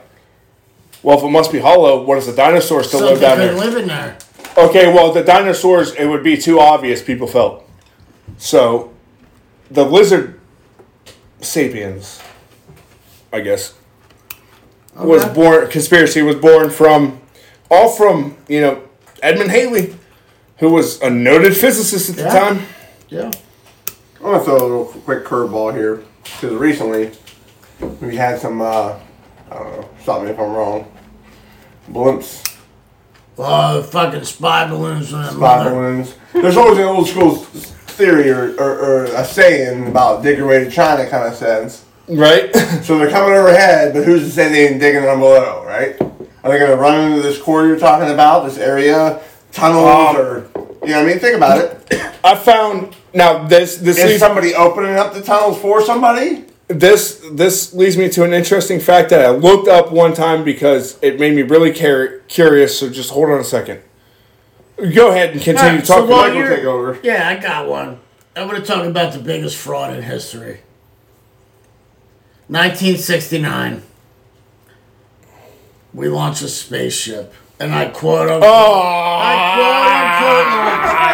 "Well, if it must be hollow, what does the dinosaur still So live they down could there?" live in there. Okay, well, the dinosaurs, it would be too obvious, people felt. So, the lizard sapiens, I guess, was born, conspiracy was born from, all from, you know, Edmund Haley, who was a noted physicist at the Yeah. time. Yeah. I'm gonna throw a little quick curveball here because recently we had some. Uh, I don't know. Stop me if I'm wrong. Blimps, Oh, fucking spy balloons and that spy Mm-hmm. mother- balloons. There's always an old school theory or, or, or a saying about digging away to China kind of sense. Right? So they're coming overhead, but who's to say they ain't digging them below, right? Are they gonna run into this core you're talking about, this area, tunnels, Um, or you know what I mean? Think about it. I found, now, this, this Is leads, somebody opening up the tunnels for somebody? this, this leads me to an interesting fact that I looked up one time because it made me really cur- curious, so just hold on a second. Go ahead and continue Alright, so talking. while Mike will you're- take over. Yeah, I got one. I'm going to talk about the biggest fraud in history. 1969. We launched a spaceship, and I quote unquote. I quote unquote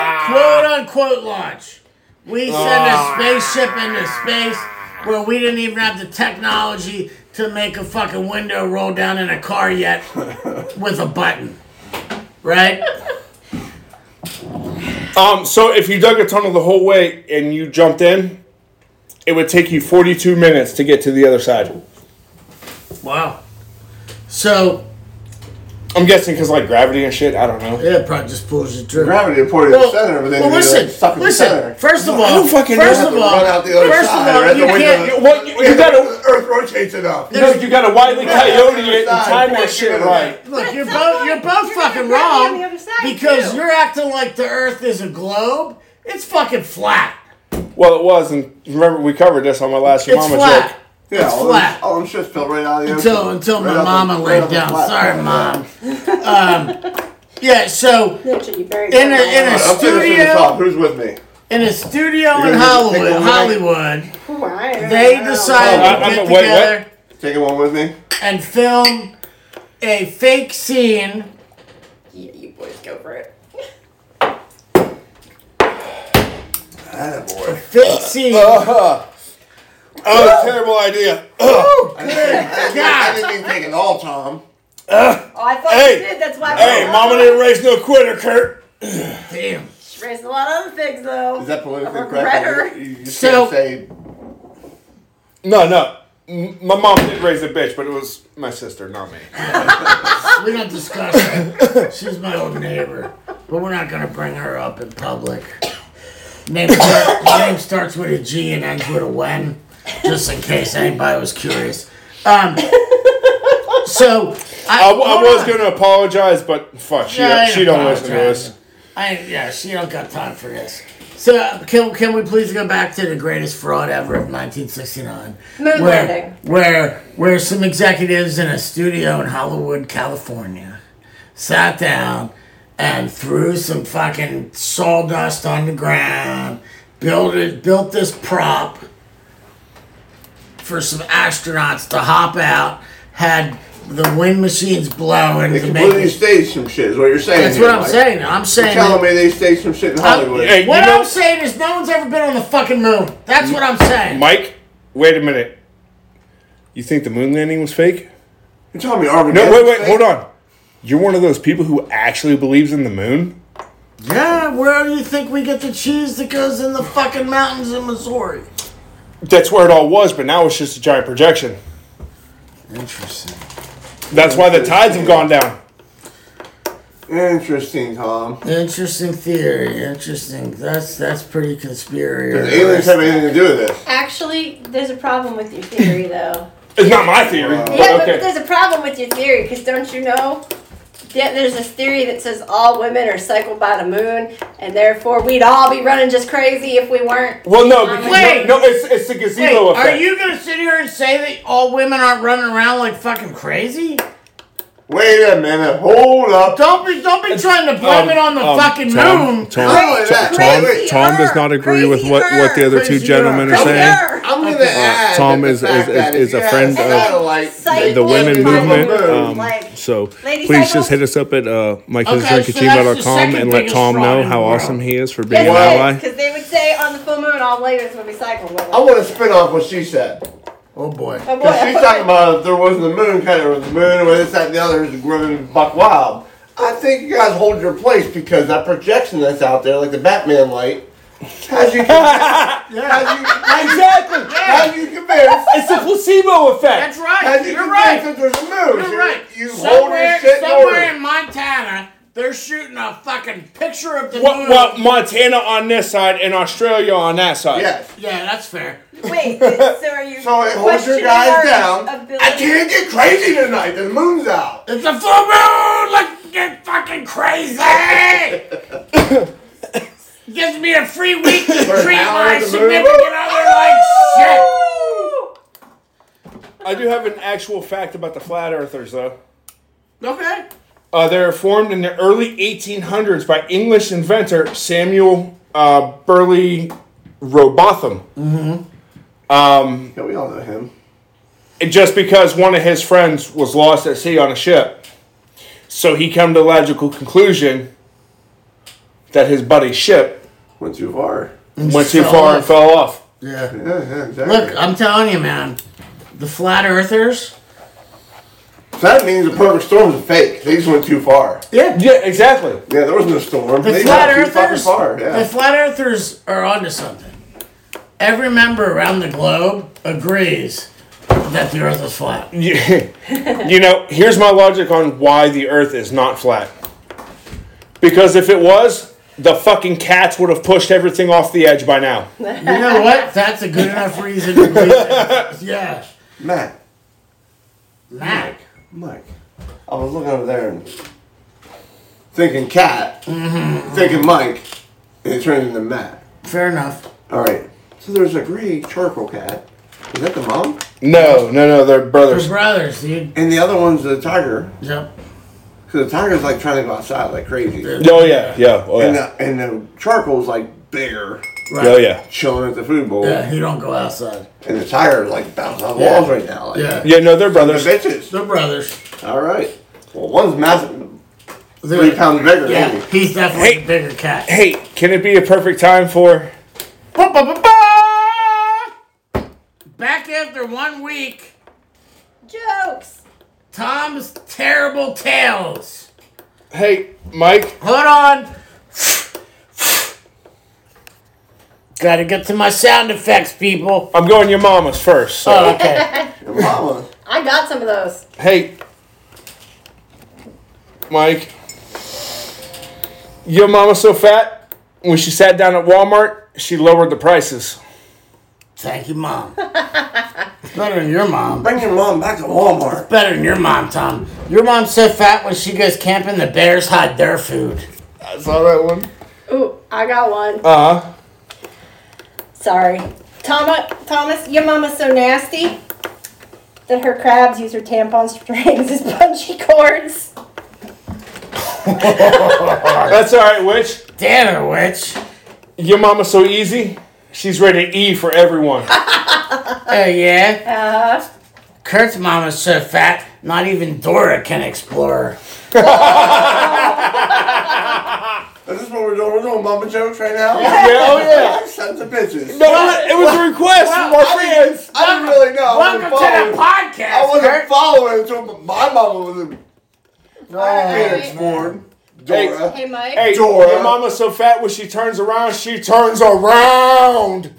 launch. Quote unquote launch. We sent a spaceship into space where we didn't even have the technology to make a fucking window roll down in a car yet with a button. Right? Um, so if you dug a tunnel the whole way and you jumped in, it would take you 42 minutes to get to the other side. Wow. So, I'm guessing because like gravity and shit. I don't know. yeah, it probably just pulls you through. Gravity will pull you to the center, but then well, you're listen, stuck in listen. the center. First of all, don't fucking first know. of You all, have to run out the other first side, of all, right? you The window- can't. You- What you, you gotta Earth rotates enough. no, you gotta wildly coyote it and time that shit right. Look, you're At some both point, you're both you're gonna fucking grab me on wrong the other side, because too. you're acting like the Earth is a globe. It's fucking flat. Well, it was, and remember we covered this on my last your It's mama flat. joke. Yeah, it's all flat. Them, all them shits fell right out of the until ocean. until Right my out the- mama right out laid the down. flat. Sorry, mom. Um, yeah. So Literally, you buried in a me. in a I'm finishing this off. studio Who's with me? in a studio You're in gonna have to take Hollywood, one Oh, right? Hollywood, Why? they I- decided I'm- to get wait, what? together. Taking one with me? and film a fake scene. Yeah, you boys go for it. Attaboy. Fake scene. Oh, terrible idea. Oh, I didn't mean taking all, Tom. Oh, I thought Hey. you did. That's why. Hey, mama didn't raise no quitter, Kurt. Damn. She raised a lot of other things, though. Is that politically A correct? regretter. You, you So- can't say. No, no. M- My mom did raise a bitch, but it was my sister, not me. We don't discuss her. She's my old neighbor, but we're not gonna bring her up in public. Name, start, name starts with a G and ends with a Wen, just in case anybody was curious. Um, so I, I, w- I hold was on. gonna apologize, but fuck, she, Yeah, I she don't listen to apologize. us. I yeah, she don't got time for this. So can, can we please go back to the greatest fraud ever of 1969? Moon where, landing. Where where some executives in a studio in Hollywood, California, sat down and threw some fucking sawdust on the ground, built it, built this prop for some astronauts to hop out, had the wind machines blowing They to make completely staged some shit, is what you're saying. that's here, what I'm Mike. saying. Uh, I'm You're saying. telling me they staged some shit in Hollywood. Hey, What you know, I'm saying is no one's ever been on the fucking moon. That's what I'm saying. Mike, wait a minute. You think the moon landing was fake? You telling me No, Armageddon? wait, wait, hold on. You're one of those people who actually believes in the moon? Yeah, where do you think we get the cheese that goes in the fucking mountains in Missouri? That's where it all was, but now it's just a giant projection. Interesting. That's why the tides have gone down. Interesting, Tom. Interesting theory. Interesting. That's that's pretty conspirator. Does aliens have anything to do with this? Actually, there's a problem with your theory, though. It's not my theory. Wow. yeah, But but okay. there's a problem with your theory, because don't you know? Yeah, there's this theory that says all women are cycled by the moon, and therefore we'd all be running just crazy if we weren't. Well, no, because Wait. no, no, it's it's the Wait, gazebo effect. are you gonna sit here and say that all women aren't running around like fucking crazy? Wait a minute. Hold up. Don't be don't be trying to blame um, it on the um, fucking Tom, moon. Tom. Not only that, Tom, wait, wait. Tom does not agree with what, what the other two Crazy girl. gentlemen are Crazy saying. I'm gonna add Tom that the is- fact is- that is- is if a you had friend of satellite- Cycled The women by movement. the moon, Um, like, So Lady please Cycles? just hit us up at uh, Okay, so that's the second and let biggest Tom fraud in know the how world. awesome he is for being an yes, ally. because they would say on the full moon all ladies would be cycled with I us. want to spin off what she said. Oh boy. Oh, boy, Because I she's put talking my- about if there wasn't the moon, kind of was the moon, or this, that, and the other, is running buck wild. I think you guys hold your place because that projection that's out there, like the Batman light, how's you, how's you, how's you, Exactly. how's you convinced? It's the placebo That's effect. How's right. you You're convinced right. that there's a moon? You're You- right. You hold your somewhere, shit in somewhere order. in Montana, they're shooting a fucking picture of the Well, moon. well, Montana on this side and Australia on that side. Yes. yeah, that's fair. Wait, so are you? So it holds your questioning guys our down. ability- I can't get crazy tonight. The moon's out. It's a full moon. Let's get fucking crazy. Gives me a free week to For an treat hour my at the moon. significant other like shit. I do have an actual fact about the flat earthers, though. Okay. Uh, they were formed in the early 1800s by English inventor Samuel uh, Burley Robotham. Yeah, we all know him. And just because one of his friends was lost at sea on a ship. So he come to the logical conclusion that his buddy's ship Went too far. went too fell far off. and fell off. Yeah. Yeah, yeah, exactly. Look, I'm telling you, man. The flat earthers. So that means the perfect storm's a fake. They just went too far. Yeah, yeah, exactly. Yeah, there was no storm. The they flat went too fucking earthers. far. Yeah. The flat earthers are onto something. Every member around the globe agrees that the Earth is flat. You, you know, here's my logic on why the Earth is not flat. Because if it was, the fucking cats would have pushed everything off the edge by now. You know what? That's a good enough reason. To believe it. Yeah. Matt, Mac. Mike, I was looking over there and thinking cat, Mm-hmm. thinking Mike, and it turned into Matt. Fair enough. All right. So there's a gray charcoal cat. Is that the mom? No, no, no, they're They're brothers. brothers, dude. And the other one's the tiger. Yep. Because the tiger's like trying to go outside like crazy. Oh, yeah, yeah, oh, And yeah. the, and the charcoal's like bigger, Right. Oh, yeah. chilling at the food bowl. Yeah, he don't go outside. And the tiger's like bouncing on the Yeah. walls right now. Like, Yeah. Yeah, no, they're They're brothers. bitches. They're brothers. All right. Well, one's massive, They're- three pounds bigger. Yeah, isn't he? he's definitely Hey. a bigger cat. Hey, can it be a perfect time for. Back after one week, Jokes. Tom's terrible tales. Hey, Mike, Hold on. Gotta get to my sound effects, people. I'm going your mama's first. So. Oh, okay. Your mama. I got some of those. Hey, Mike, your mama's so fat. When she sat down at Walmart, she lowered the prices. Thank you, mom. Better than your mom. Bring your mom back to Walmart. Better than your mom, Tom. Your mom's so fat when she goes camping, the bears hide their food. I saw that one. Ooh, I got one. Uh huh. Sorry. Thomas, Thomas, your mama's so nasty that her crabs use her tampon strings as punchy cords. That's all right, witch. Damn it, witch. Your mama's so easy. She's ready to E for everyone. Oh, yeah? Uh, Kurt's mama's so fat, not even Dora can explore her. Is this what we're doing? We're doing mama jokes right now? Yeah, oh yeah. Sensitive the bitches. No, it was a request from our I didn't, friends. I didn't really know. I Welcome wasn't to the following. podcast. I wasn't Kurt. following until my mama was in Alright. parents born. Hey. Dora. Hey, Mike. Hey, Dora. your mama's so fat when she turns around, she turns around.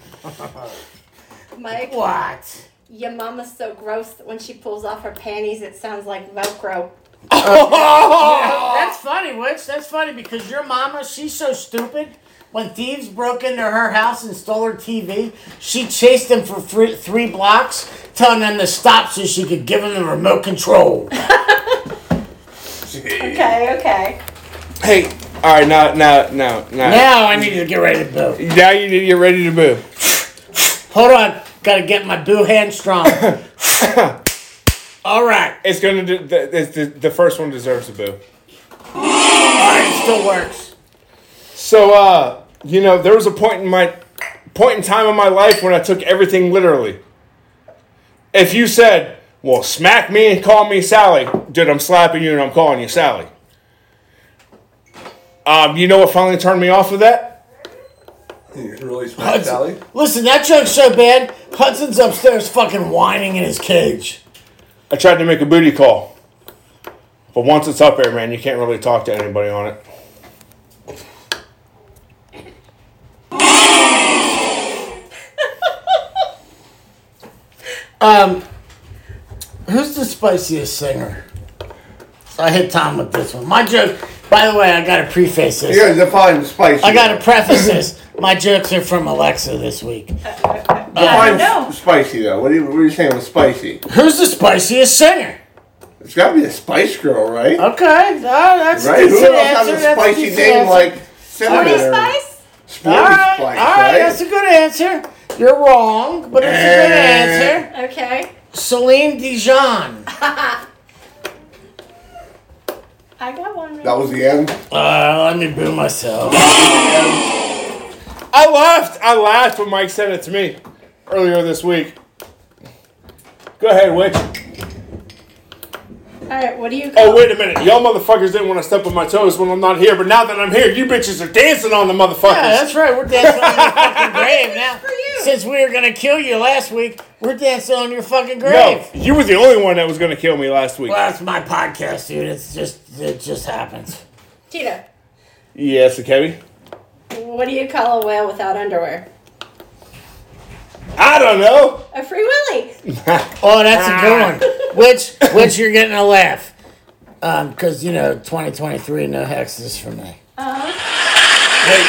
Mike. What? Your mama's so gross that when she pulls off her panties, it sounds like Velcro. That's funny, Witch. That's funny because your mama, she's so stupid. When thieves broke into her house and stole her TV, she chased them for three, three blocks, telling them to stop so she could give them the remote control. Okay, okay. Hey, all right, now, now, now, now. now I need to get ready to boo. Now you need to get ready to move. Hold on, gotta get my boo hand strong. All right, It's gonna do. The, the, the, the first one deserves a boo. all right, it still works. So, uh, you know, there was a point in my point in time in my life when I took everything literally. If you said, "Well, smack me and call me Sally," dude, I'm slapping you and I'm calling you Sally. Um, you know what finally turned me off of that? You really smart, Sally. Listen, that joke's so bad. Hudson's upstairs fucking whining in his cage. I tried to make a booty call, but once it's up there, man, you can't really talk to anybody on it. Who's the spiciest singer? So I hit Tom with this one. My joke, by the way, I gotta preface this. You gotta define spicy. I gotta preface this. My jokes are from Alexa this week. define No. spicy though. What are, you, what are you saying with spicy? Who's the spiciest singer? It's gotta be the Spice Girl, right? Okay, uh, that's right? Who decent else answer. has a that's spicy decent name answer. like cinnamon Pretty or spice? sporty All right, spice? all right, right? that's a good answer. You're wrong, but it's a good Eh. answer. Okay. Celine Dijon. I got one. that was the end. Uh, let me boo myself. I laughed. I laughed when Mike said it to me earlier this week. Go ahead, Witch. Alright, what do you Oh, wait a minute. Y'all motherfuckers didn't want to step on my toes when I'm not here, but now that I'm here, you bitches are dancing on the Yeah, motherfuckers. that's right. We're dancing on your fucking grave now. for you. Since we were gonna kill you last week, we're dancing on your fucking grave. no, you were the only one that was going to kill me last week. Well, that's my podcast, dude. It's just it just happens. Tina, Yes, Kevy. what do you call a whale without underwear? I don't know. A free willy. Oh, that's a good one. Which which you're getting a laugh, um, because you know 2023 no hexes for me. Uh-huh. Hey,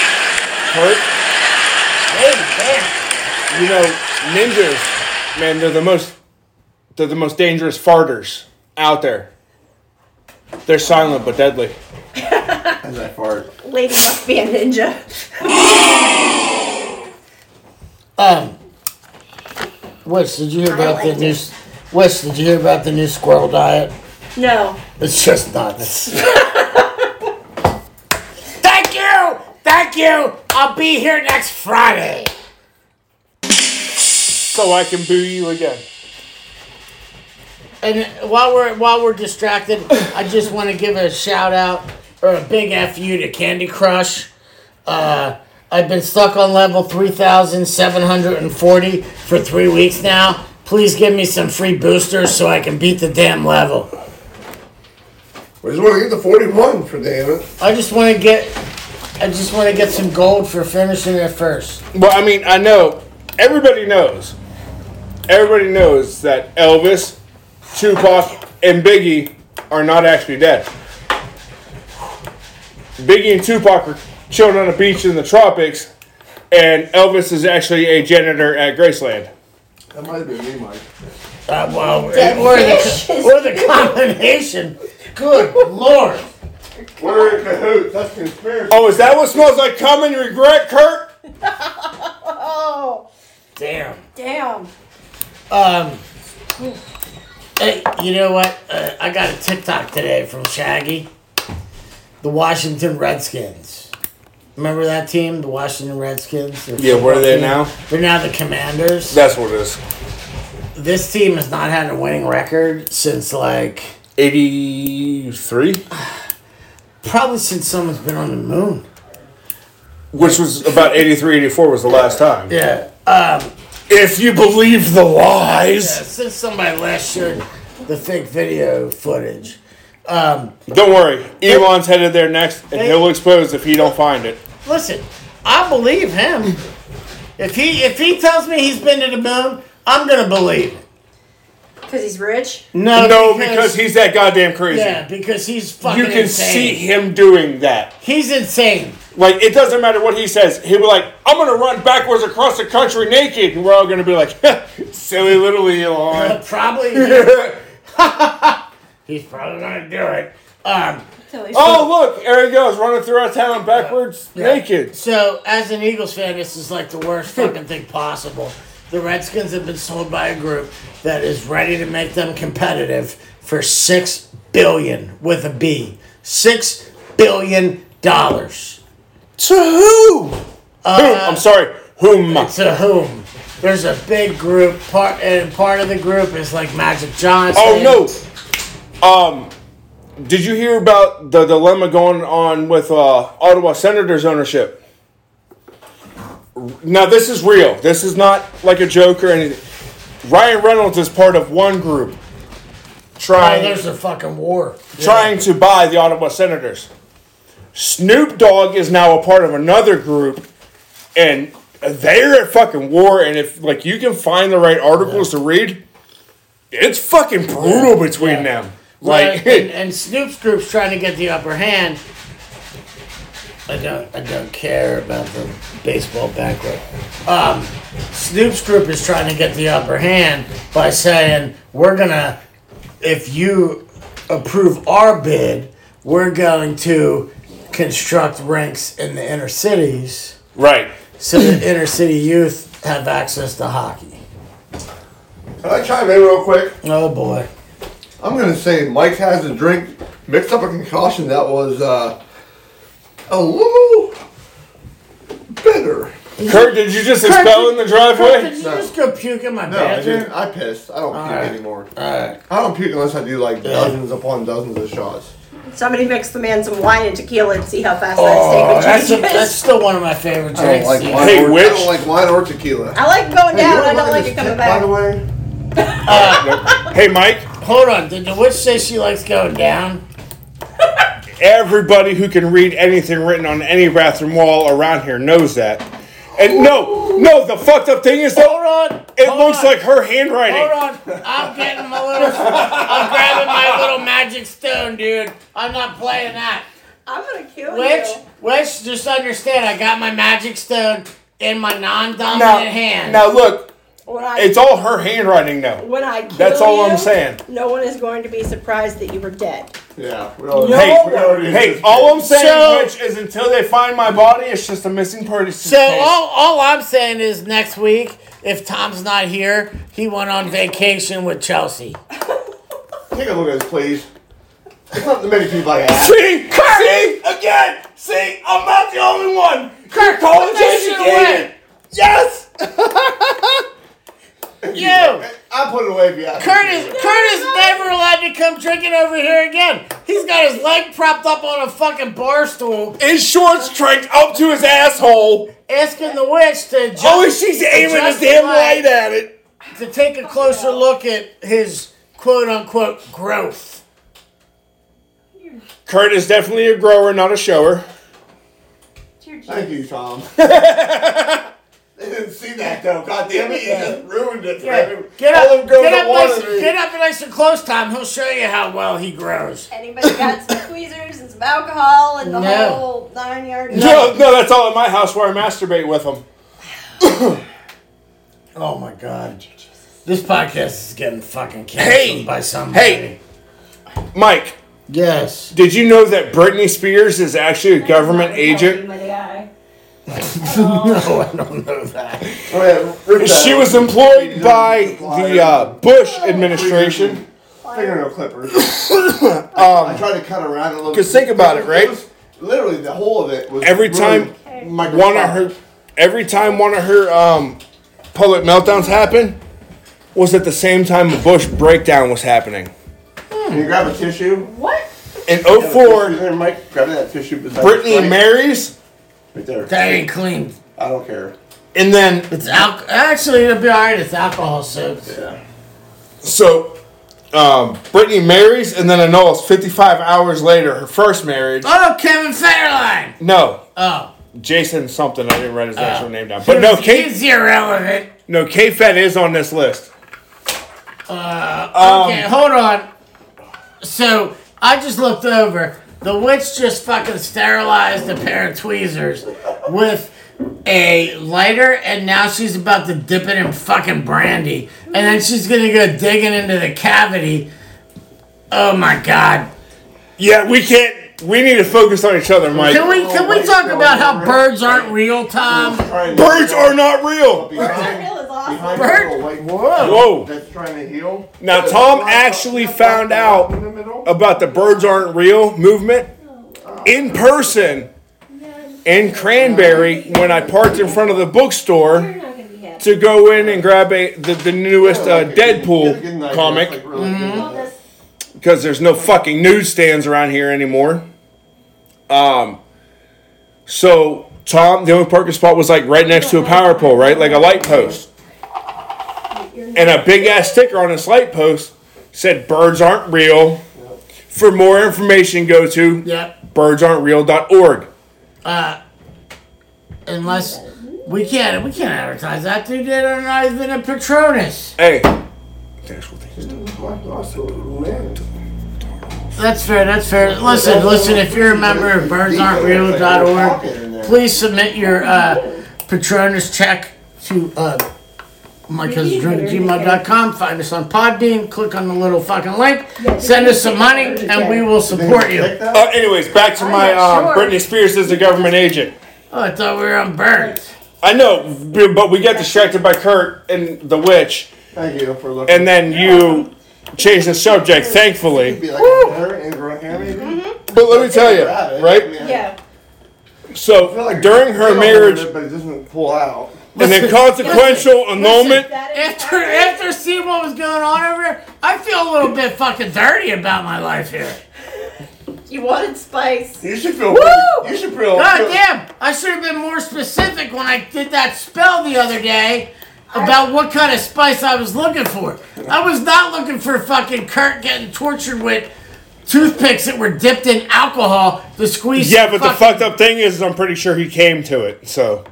Kurt, Hey, man. you know, ninjas, man, they're the most they're the most dangerous farters out there. They're silent but deadly. How's that fart? Lady must be a ninja. Um, Wes, did you hear about the new? Wes, did you hear about the new squirrel diet? No. It's just nuts. Thank you, thank you. I'll be here next Friday. So I can boo you again. And while we're while we're distracted, I just want to give a shout out or a big F you to Candy Crush. Uh, I've been stuck on level three thousand seven hundred and forty for three weeks now. Please give me some free boosters so I can beat the damn level. We just want to get the 41 for damn it. I just want to get, I just want to get some gold for finishing it first. Well, I mean, I know everybody knows. Everybody knows that Elvis, Tupac, and Biggie are not actually dead. Biggie and Tupac are chilling on a beach in the tropics, and Elvis is actually a janitor at Graceland. That might have been me, Mike. Uh, well, or the, or the combination. Good lord. We're in cahoots. That's conspiracy. Oh, is that what smells like common regret, Kurt? Oh, Damn. damn. Um, hey, you know what? Uh, I got a TikTok today from Shaggy, the Washington Redskins. Remember that team, the Washington Redskins? Their Yeah, where are they football team? now? They're now the Commanders. That's what it is. this team has not had a winning record since like Eighty-three. probably since someone's been on the moon. which was about 83, 84 was the last time. Yeah. Um, If you believe the yeah, lies. since somebody last shared the fake video footage, um, Don't worry, Elon's headed there next, and he'll expose if he don't find it. listen, I believe him. If he if he tells me he's been to the moon, I'm gonna believe it. Because he's rich. No, no, because he's that goddamn crazy. yeah, because he's fucking. you can insane. see him doing that. he's insane. Like it doesn't matter what he says. He'll be like, "I'm gonna run backwards across the country naked," and we're all gonna be like, "Silly little Elon." Probably. he's probably gonna do it. Um, oh look, there he goes running through our town backwards naked. So, as an Eagles fan, this is like the worst fucking thing possible. The Redskins have been sold by a group that is ready to make them competitive for six billion with a B. Six billion dollars. To who? whom? I'm sorry, whom? To whom? There's a big group part, and part of the group is like Magic Johnson. Oh no. Um, did you hear about the dilemma going on with uh, Ottawa Senators ownership? Now this is real. This is not like a joke or anything. Ryan Reynolds is part of one group Oh, trying there's a fucking war. trying to buy the Ottawa Senators. Snoop Dogg is now a part of another group, and they're at fucking war. And if like you can find the right articles to read, it's fucking brutal between them. Like, Right, and, and Snoop's group's trying to get the upper hand. I don't, I don't care about the baseball background. Um, Snoop's group is trying to get the upper hand by saying we're gonna, if you approve our bid, we're going to construct rinks in the inner cities right. so that inner city youth have access to hockey. Can I chime in real quick? Oh boy. I'm gonna say Mike has a drink, mixed up a concussion that was uh, a little bitter. Kurt, did you just expel in the Could driveway? you No. just go puke in my No, I didn't. bathroom? I pissed. I don't puke right. anymore. Alright. I don't puke unless I do like dozens upon dozens of shots. Somebody mix the man some wine and tequila and see how fast Oh, that that's, a, steak would that's change. still one of my favorite I don't drinks. like yeah. wine. Hey, or, I witch. don't like wine or tequila. I like going Hey, you down. wanna I don't look at like this it coming dick, By back. the way, hey, Mike. Hold on, did the witch say she likes going down? Everybody who can read anything written on any bathroom wall around here knows that. And no, no, the fucked up thing is Hold though, on! it hold looks on, like her handwriting. Hold on! I'm getting my little. I'm grabbing my little magic stone, dude. I'm not playing that. I'm gonna kill Witch, you. witch, just understand I got my magic stone in my non dominant Now, hand. now look, When I, it's all her handwriting now. when I kill That's all I'm you, saying. No one is going to be surprised that you were dead. yeah. We all, Hey, we already hey, just- all I'm saying, So- Rich, is until they find my body, it's just a missing party. So all, all I'm saying is next week, if Tom's not here, he went on vacation with Chelsea. Take a look at this, please. It's not the many people I have. See, see again. See, I'm not the only one. Kirk, put that shit away. Yes. You. I put it away if you ask. me to. Curtis, Curtis never allowed to come drinking over here again. He's got his leg propped up on a fucking bar stool, His shorts tracked up to his asshole. asking the witch to adjust, Oh, she's aiming his adjust damn the light at it. to take a closer look at his quote unquote growth. Kurt is definitely a grower, not a shower. Thank you, Tom. they didn't see that though. God damn it, you just ruined it. for everyone. Get All up, them girls get that up, wanted nice, me. get up nice and close, Tom. He'll show you how well he grows. Anybody got some tweezers and some alcohol and the No. whole nine yards? No, no, that's all at my house where I masturbate with him. Oh my god. This podcast is getting fucking canceled Hey. by somebody. Hey. Mike, Yes. did you know that Britney Spears is actually a government agent? No, Oh, I don't know that. Go ahead, Oh, rip that She out. was employed by the uh, Bush administration. Um, fingernail clippers. I tried to cut around a little. 'cause think about it, right? was- literally, the whole of it was Every time My one of her every time one of her um, public meltdowns happened was at the same time a Bush breakdown was happening. Can you grab a tissue? What? In Grab a tissue 04, there, Mike. Grab that tissue. beside the Brittany plate. marries Right there. That ain't clean. I don't care. And then It's al- Actually, it'll be all right. It's alcohol soaked. Yeah. so um, Brittany marries, and then annuls 55 hours later her first marriage. Oh, Kevin Federline. No, Oh, Jason something. I didn't write his actual name down. He's- But no, Kate. he's irrelevant. No, KFED is on this list. Um, okay, hold on. So I just looked over. The witch just fucking sterilized a pair of tweezers with a lighter, and now she's about to dip it in fucking brandy, and then she's gonna go digging into the cavity. Oh my god. Yeah, we can't. We need to focus on each other, Mike. Can we can we talk about how birds aren't real, Tom? Trying to- Birds are not real. Behind- Hill is awesome. behind Bird? the white Whoa. That's trying to heal. Now, There's Tom a lot of- actually found out In the middle. about the birds aren't real movement in person in Cranberry when I parked in front of the bookstore You're not gonna be happy. to go in and grab a the, the newest uh, Good Deadpool night, comic that's like really Mm-hmm. good. All this because there's no fucking newsstands around here anymore. Um, so Tom, the only parking spot was like right next to a power pole, right, like a light post, and a big ass sticker on this light post said "Birds aren't real." For more information, go to Yep. birdsaren'treal.org. Unless we can't we can't advertise that dude. They don't know even a Patronus. Hey, uh, that's what they do. That's fair. That's fair. Listen, listen. If you're a member of BirdsAren'tReal.org, please submit your uh, Patronus check to uh, my cousin's drink at gmail.com. Find us on Podbean. Click on the little fucking link. Send us some money, and we will support you. Uh, anyways, back to my not um, sure. Britney Spears is a government agent. Oh, I thought we were on Birds. I know, b- but we got distracted by Kurt and the witch. Thank you for looking. and then you change the subject, thankfully. be like her and grow hair maybe. Mm-hmm. But let me tell you, Grab it. I right? mean, Yeah. So I feel like during I her don't marriage, want it, but it doesn't pull out. and then consequential annulment. That is After after seeing what was going on over here, I feel a little bit fucking dirty about my life here. You wanted spice. You should feel. Woo! You should feel. God damn! I should have been more specific when I did that spell the other day about what kind of spice I was looking for. I was not looking for fucking Kurt getting tortured with toothpicks that were dipped in alcohol to squeeze. Yeah, but the fucking- fucked up thing is, I'm pretty sure he came to it. So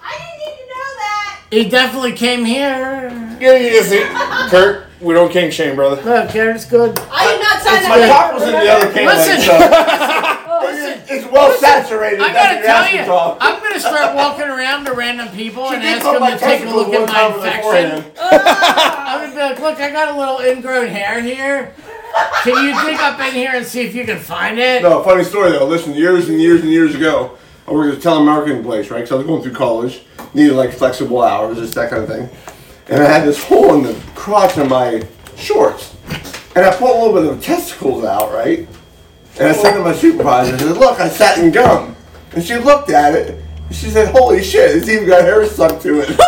I didn't need to know that. He definitely came here. yeah, he is. He, Kurt, we don't king shame, brother. Look, Karen's good. I did not sign My that. cock was in the other can. Listen. so Oh, it's, it's well saturated. I that's gotta your tell ass you, is off. I'm gonna start walking around to random people She and did ask put them my to take a testicles look at one time my on the infection. forehead. I would be like, look, I got a little ingrown hair here. Can you dig up in here and see if you can find it? No, funny story though. Listen, years and years and years ago, I worked at a telemarketing place, right? Because I was going through college, needed like flexible hours, just that kind of thing. And I had this hole in the crotch of my shorts, and I pulled a little bit of testicles out, right? And I said to my supervisor, I said, "Look, I sat in gum," and she looked at it. and She said, "Holy shit, it's even got hair stuck to it."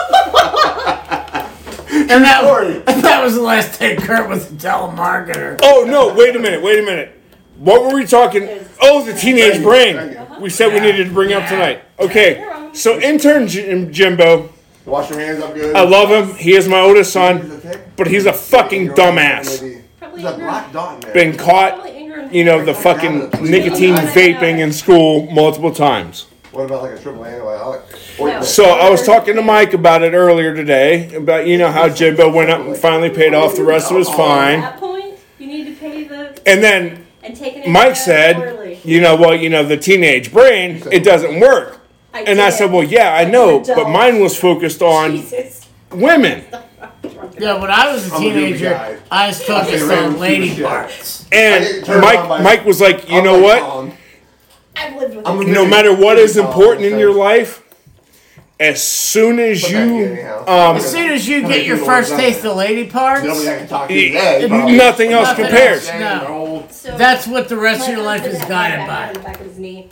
And that, Sorry. that was the last day Kurt was a telemarketer. Oh no! Wait a minute! Wait a minute! What were we talking? Oh, the teenage brain. We said we needed to bring up tonight. Okay, so intern Jim- Jimbo, Wash your hands up good. I love him. He is my oldest He's a son, tick. but he's a fucking dumbass. There's probably a ignorant. black dot in there. Been caught, Probably ignorant. you know, the fucking nicotine vaping in school multiple times. What about like a triple antibiotic? No. So I was talking to Mike about it earlier today about you know how Jimbo went up and finally paid off. The rest of his At fine, that point, you need to pay the and then and take it. Mike said, quarterly. you know, well, you know, the teenage brain, it doesn't work. And I did. said, well, yeah, I know, but mine was focused on Jesus. women. Yeah, when I was a I'm a movie guy. teenager, I was focused ran through on the lady shit. parts. And Mike, Mike was like, you know what? I've lived with I'm this. a- no matter what is important in your life, as soon as you um, As soon as you get your first taste of lady parts, nobody I can talk to Eh, today. probably. nothing else Nothing compares. else. So that's what the rest of your my life is husband had guided my back on by. the back of his knee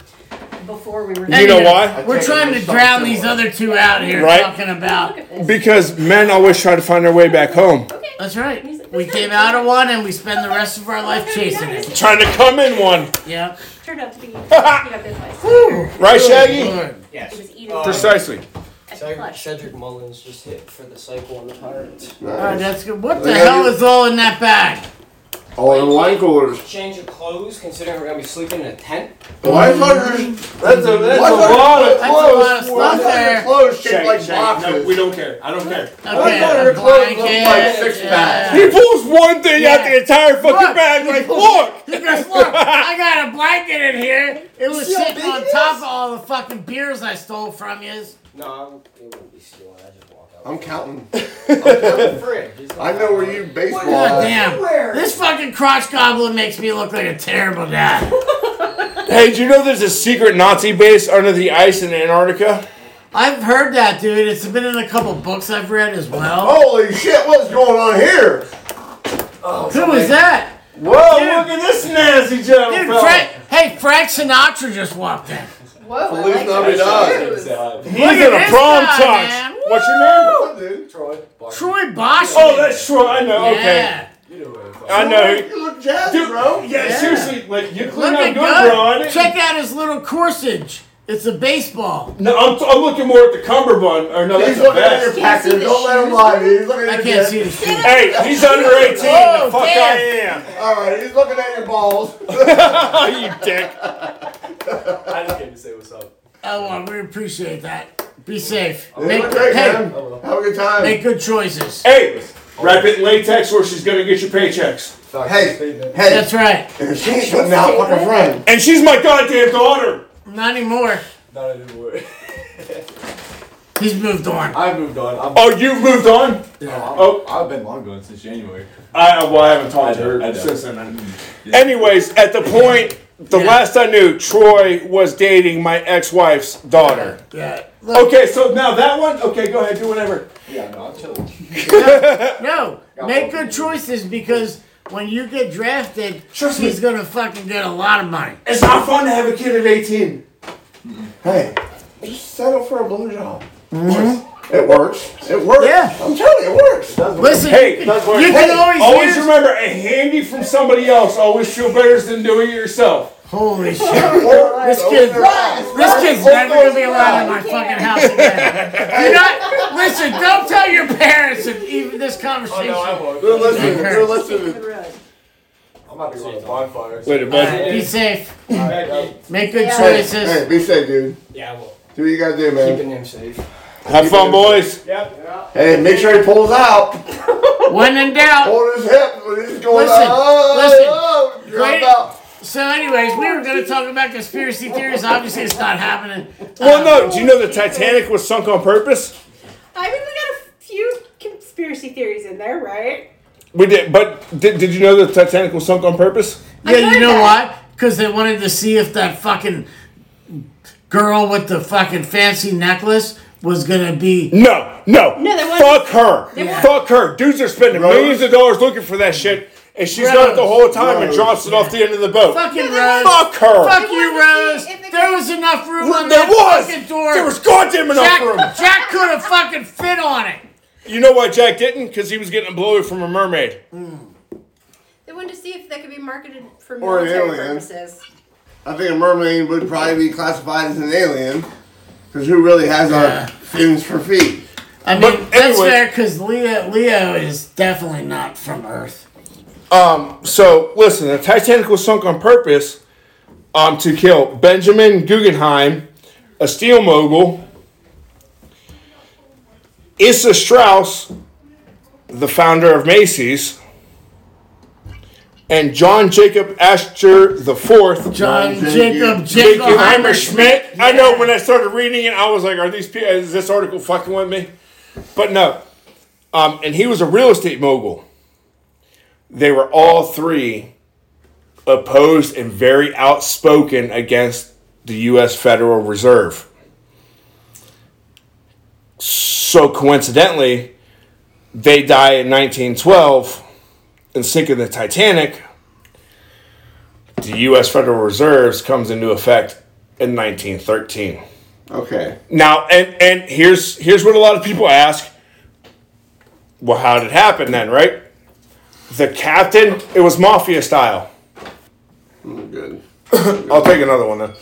before we were. You know Anywho, why? We're trying to drown these other two out here Right. talking about. Look at this. Because men always try to find their way back home. That's right. We came out of one and we spend the rest of our life chasing it. Trying to come in one. Yeah. Turned out to be. you got this place. Right, Shaggy? Good. It Yes. was eating Uh, Precisely. at the Cedric, flesh. Cedric Mullins just hit for the cycle on the Pirates. Oh, Nice. that's good. What the Yeah, hell you- is all in that bag? All in wine coolers. Change of clothes, considering we're gonna be sleeping in a tent. Why is ours? That's a, that's Why is a lot of ours- That's a lot of clothes. Why stuff is our there. clothes shaped Shake, like shake. No, we boxes? don't care. I don't care. Why is Okay, our a clothes look like blanket. six yeah. packs? He pulls one thing out Yeah. the entire fucking bag. Like, look. He goes, look, I got a blanket in here. It was sitting on top of all the fucking beers I stole from you. No, I'm, it wouldn't be stealing. I just walk out. I'm counting. I'm afraid. He's not- I know where you baseball. God at. damn. Where? This fucking crotch goblin makes me look like a terrible dad. Hey, do you know there's a secret Nazi base under the ice in Antarctica? I've heard that, dude. It's been in a couple books I've read as well. Holy shit! What's going on here? Oh, Who was that? Whoa, look at this nasty gentleman. Dude, Frank, hey, Frank Sinatra just walked in. Whoa, I Police like number those nine. shoes. He's Look in at a this prom guy, tux. man. What's your name? What, dude? Troy. Barton. Troy Bosch. Oh, that's Troy. I know. Okay. Yeah. You know where I'm from. I know. You look jazzy, Dude, bro. Yeah, Yeah. seriously. Like, you clean Look out good, at bro. I God. didn't- Check out his little corsage. It's a baseball. No, I'm, I'm looking more at the cummerbund. Or no, He's that's a looking at vest. your Can't package. see the Don't let him shoes. lie, dude. He's looking at I your can't dick. see the shoe. Hey, he's under 18. Whoa, the fuck damn. I am. All right, he's looking at your balls. Oh, you dick. I just came to say what's up. Oh, well, we appreciate that. Be safe. Make, Make, great, man. hey, Have a good time. make good choices. Hey, wrap it in latex or she's going to get your paychecks. Doctor hey, Steven. hey, That's right. she's putting out like a friend. And she's my goddamn daughter. Not anymore. Not anymore. He's moved on. I moved on. I'm, Oh, you've moved on? oh, I've been long gone since January. I, well, I haven't talked to I know, I know. her since then. Anyways, at the point, the Yeah. last I knew, Troy was dating my ex-wife's daughter. Yeah. Look, Okay, so now that one. Okay, go ahead, do whatever. Yeah, no, I'm chilling. No, make good choices because when you get drafted, he's gonna fucking get a lot of money. It's not fun to have a kid at 18. Hey, just settle for a blue job. It works. It works. Mm-hmm. Yeah. I'm telling you, it works. Listen, Hey, you that's can, where- you can hey, always, always use- remember a handy from somebody else always feel better than doing it yourself. Holy shit! Or- This kid- or- This kid's never gonna be allowed in my fucking house again. Do not listen. Don't tell your parents if even this conversation. They're listening. They're Take to listening. the road. I'm about to go on a bonfire. Wait a All right, be safe. Make good Hey, choices. hey, be safe, dude. Yeah, well, Do what you gotta do, man. keeping him safe. Have fun, boys. Hey, make sure he pulls out. When in doubt. Hold his hip when he's going Listen, oh, listen. oh, drop Great- out. So, anyways, we were gonna talk about conspiracy theories. Obviously, it's not happening. Well, no. Do you know the Titanic was sunk on purpose? I mean, we got a few conspiracy theories in there, right? We did, but did, did you know the Titanic was sunk on purpose? Yeah, you heard know that. why? Because they wanted to see if that fucking girl with the fucking fancy necklace was gonna be. No, no. No, they wanted- Fuck her. they wanted- Fuck her. Dudes are spending Rose? millions of dollars looking for that shit, and she's Rose. got it the whole time and Rose. drops it off the end of the boat. Fucking they Rose. Fuck her. Fuck They you, wanted to Rose. see if the There girl- was enough room on there that was. fucking door. There was goddamn enough room. Jack, Jack could have fucking fit on it. You know why Jack didn't? Because he was getting a blowy from a mermaid. They wanted to see if that could be marketed for Or an military alien. purposes. I think a mermaid would probably be classified as an alien, because who really has our fins for feet? I mean, But that's anyway- fair because Leo Leo is definitely not from Earth. Um, so listen, the Titanic was sunk on purpose um, to kill Benjamin Guggenheim, a steel mogul, Issa Strauss, the founder of Macy's, and John Jacob Astor the Fourth. John Jacob- Jacob Jacob Jekyllheimer Schmidt. I know when I started reading it, I was like, "Are these? pe- Is this article fucking with me?" But no. Um, and he was a real estate mogul. They were all three opposed and very outspoken against the U.S. Federal Reserve. So coincidentally, they die in 1912 and sink in the Titanic the U.S. Federal Reserves comes into effect in 1913. Okay. Now, and and here's here's what a lot of people ask. Well, how did it happen then, right? The captain, it was mafia style. Good. I'll take another one then.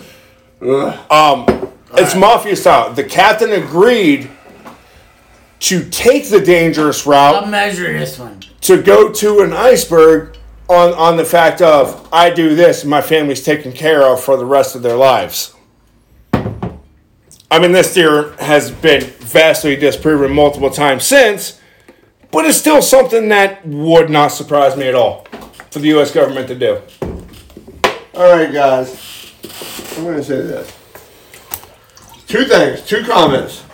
Ugh. Um, it's mafia style. The captain agreed to take the dangerous route I'll measure this one. to go to an iceberg on on the fact of I do this, my family's taken care of for the rest of their lives. I mean, this theorem has been vastly disproven multiple times since, but it's still something that would not surprise me at all for the U.S. government to do. All right, guys. I'm going to say this. Two things, two comments.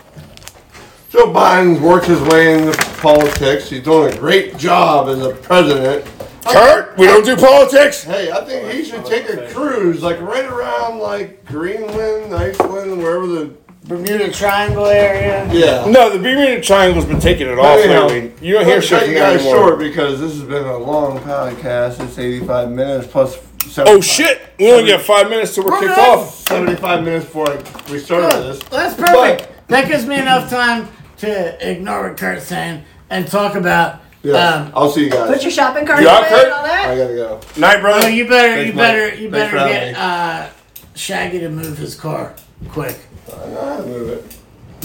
Joe Biden worked his way into politics. He's doing a great job as a president. Kurt, we don't do politics. Hey, I think he should take a cruise, like right around like Greenland, Iceland, wherever the Bermuda Triangle area. yeah. No, the Bermuda Triangle's been taking it off Anyhow, lately. You don't hear let's shit cut from you that guys anymore. short because this has been a long podcast. It's 85 minutes plus. 75 Oh shit! We only got five minutes till we're kicked off. 75 minutes before we started Good. this. That's perfect. That gives me enough time to ignore what Kurt's saying and talk about. Yeah, Um, I'll see you guys. Put your shopping cart Yeah, away Kurt. and all I that. gotta go. Night, brother. oh, you better, you Thanks, better, Mike. you Thanks better for having get me. uh, Shaggy to move his car quick. Ah, move it.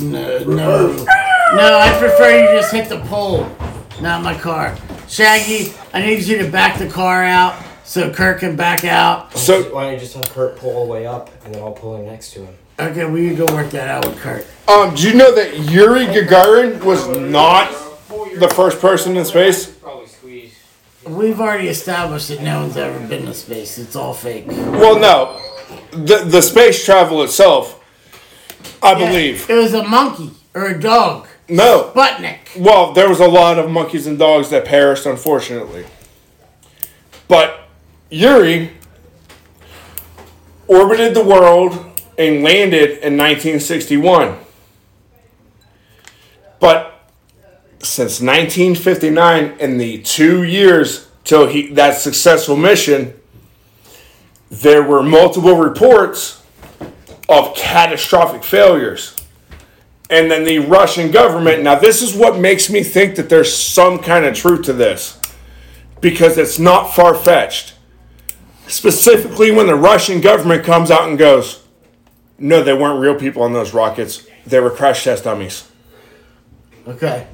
No, no, no. I prefer you just hit the pole, not my car. Shaggy, I need you to back the car out so Kurt can back out. So, Why don't you just have Kurt pull all the way up, and then I'll pull him next to him. Okay, we can go work that out with Kurt. um, do you know that Yuri Gagarin was not the first person in space? Probably squeeze. We've already established that no one's ever been to space. It's all fake. Well, no. The the space travel itself, I believe. It was a monkey or a dog. No. Sputnik. Well, there was a lot of monkeys and dogs that perished, unfortunately. But Yuri orbited the world and landed in 1961. But since 1959, in the two years till he that successful mission, there were multiple reports of catastrophic failures and then the Russian government. Now, this is what makes me think that there's some kind of truth to this because it's not far fetched. Specifically, when the Russian government comes out and goes, No, they weren't real people on those rockets, they were crash test dummies. Okay.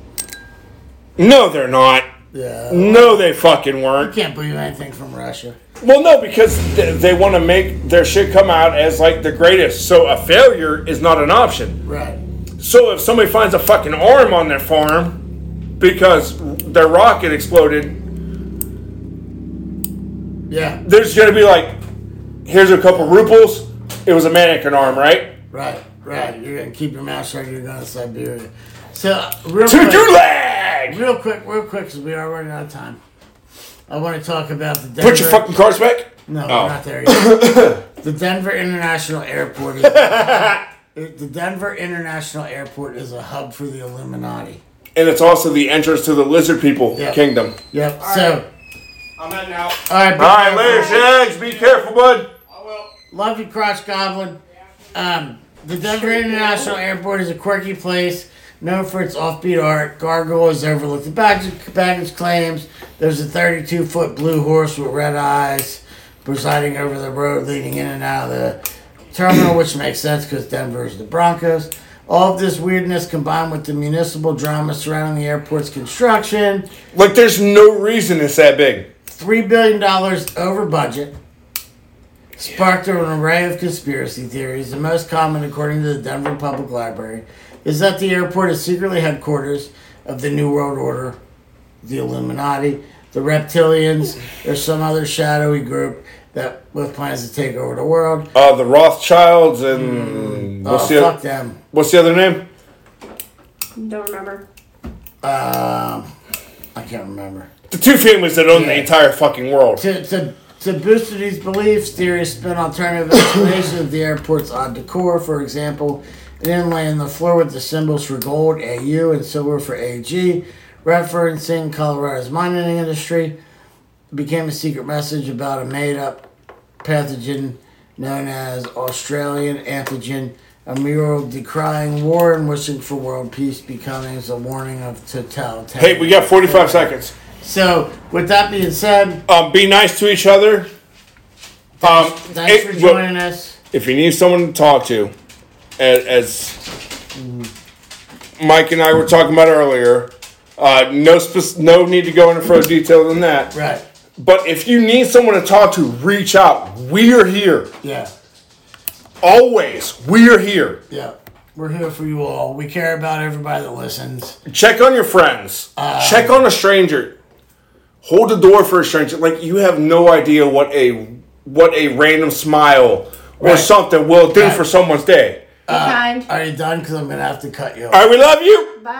No, they're not. Yeah. No, they fucking I weren't. can't believe anything from Russia. Well, no, because th- they want to make their shit come out as like the greatest. So a failure is not an option. Right. So if somebody finds a fucking arm on their farm because their rocket exploded, Yeah. there's gonna be like, here's a couple ruples. It was a mannequin arm, right? Right. Right. You're gonna keep your mouth shut. You're going to Siberia. So real To quick, do lag. real quick, real quick, because we are running out of time. I want to talk about the Denver. Put your fucking cars back. No, Oh. we're not there yet. the Denver International Airport is. the Denver International Airport is a hub for the Illuminati. And it's also the entrance to the lizard people Yeah. kingdom. Yep. so. I'm heading out. All right. All right, later, Shags. Be careful, bud. I will. Love you, Cross Goblin. Um, the Denver International Airport is a quirky place known for its offbeat art. Gargoyles overlook the baggage, baggage claims. There's a 32 foot blue horse with red eyes presiding over the road leading in and out of the terminal, which makes sense because Denver is the Broncos. All of this weirdness combined with the municipal drama surrounding the airport's construction, Like, there's no reason it's that big. $3 billion over budget sparked an array of conspiracy theories. The most common, according to the Denver Public Library, is that the airport is secretly headquarters of the New World Order, the Illuminati, the reptilians, or some other shadowy group that with plans to take over the world. Uh, the Rothschilds and Oh, what's the fuck oth- them. what's the other name? Don't remember. Um, I can't remember. The two families that own the Yeah. entire fucking world. to, to, to boost these beliefs, theories spin alternative explanations of the airport's odd decor. For example, an inlay in the floor with the symbols for gold, AU, and silver for AG, referencing Colorado's mining industry, became a secret message about a made up pathogen known as Australian antigen. A mural decrying war and wishing for world peace becomes a warning of totalitarian. Hey, we got 45 seconds. so, with that being said, Um, be nice to each other. Um, thanks it- for Uh, well, joining us. if you need someone to talk to, as, as Mike and I were talking about earlier. Uh, no, spec- no need to go into further detail than that. Right. But if you need someone to talk to, reach out. We're here. Yeah. Always. We're here. Yeah. We're here for you all. We care about everybody that listens. Check on your friends. Check on a stranger. Hold the door for a stranger. Like you have no idea what a what a random smile or Right. something will do Right. for someone's day. Be kind. Are you done? Because I'm going to have to cut you off. All right, we love you.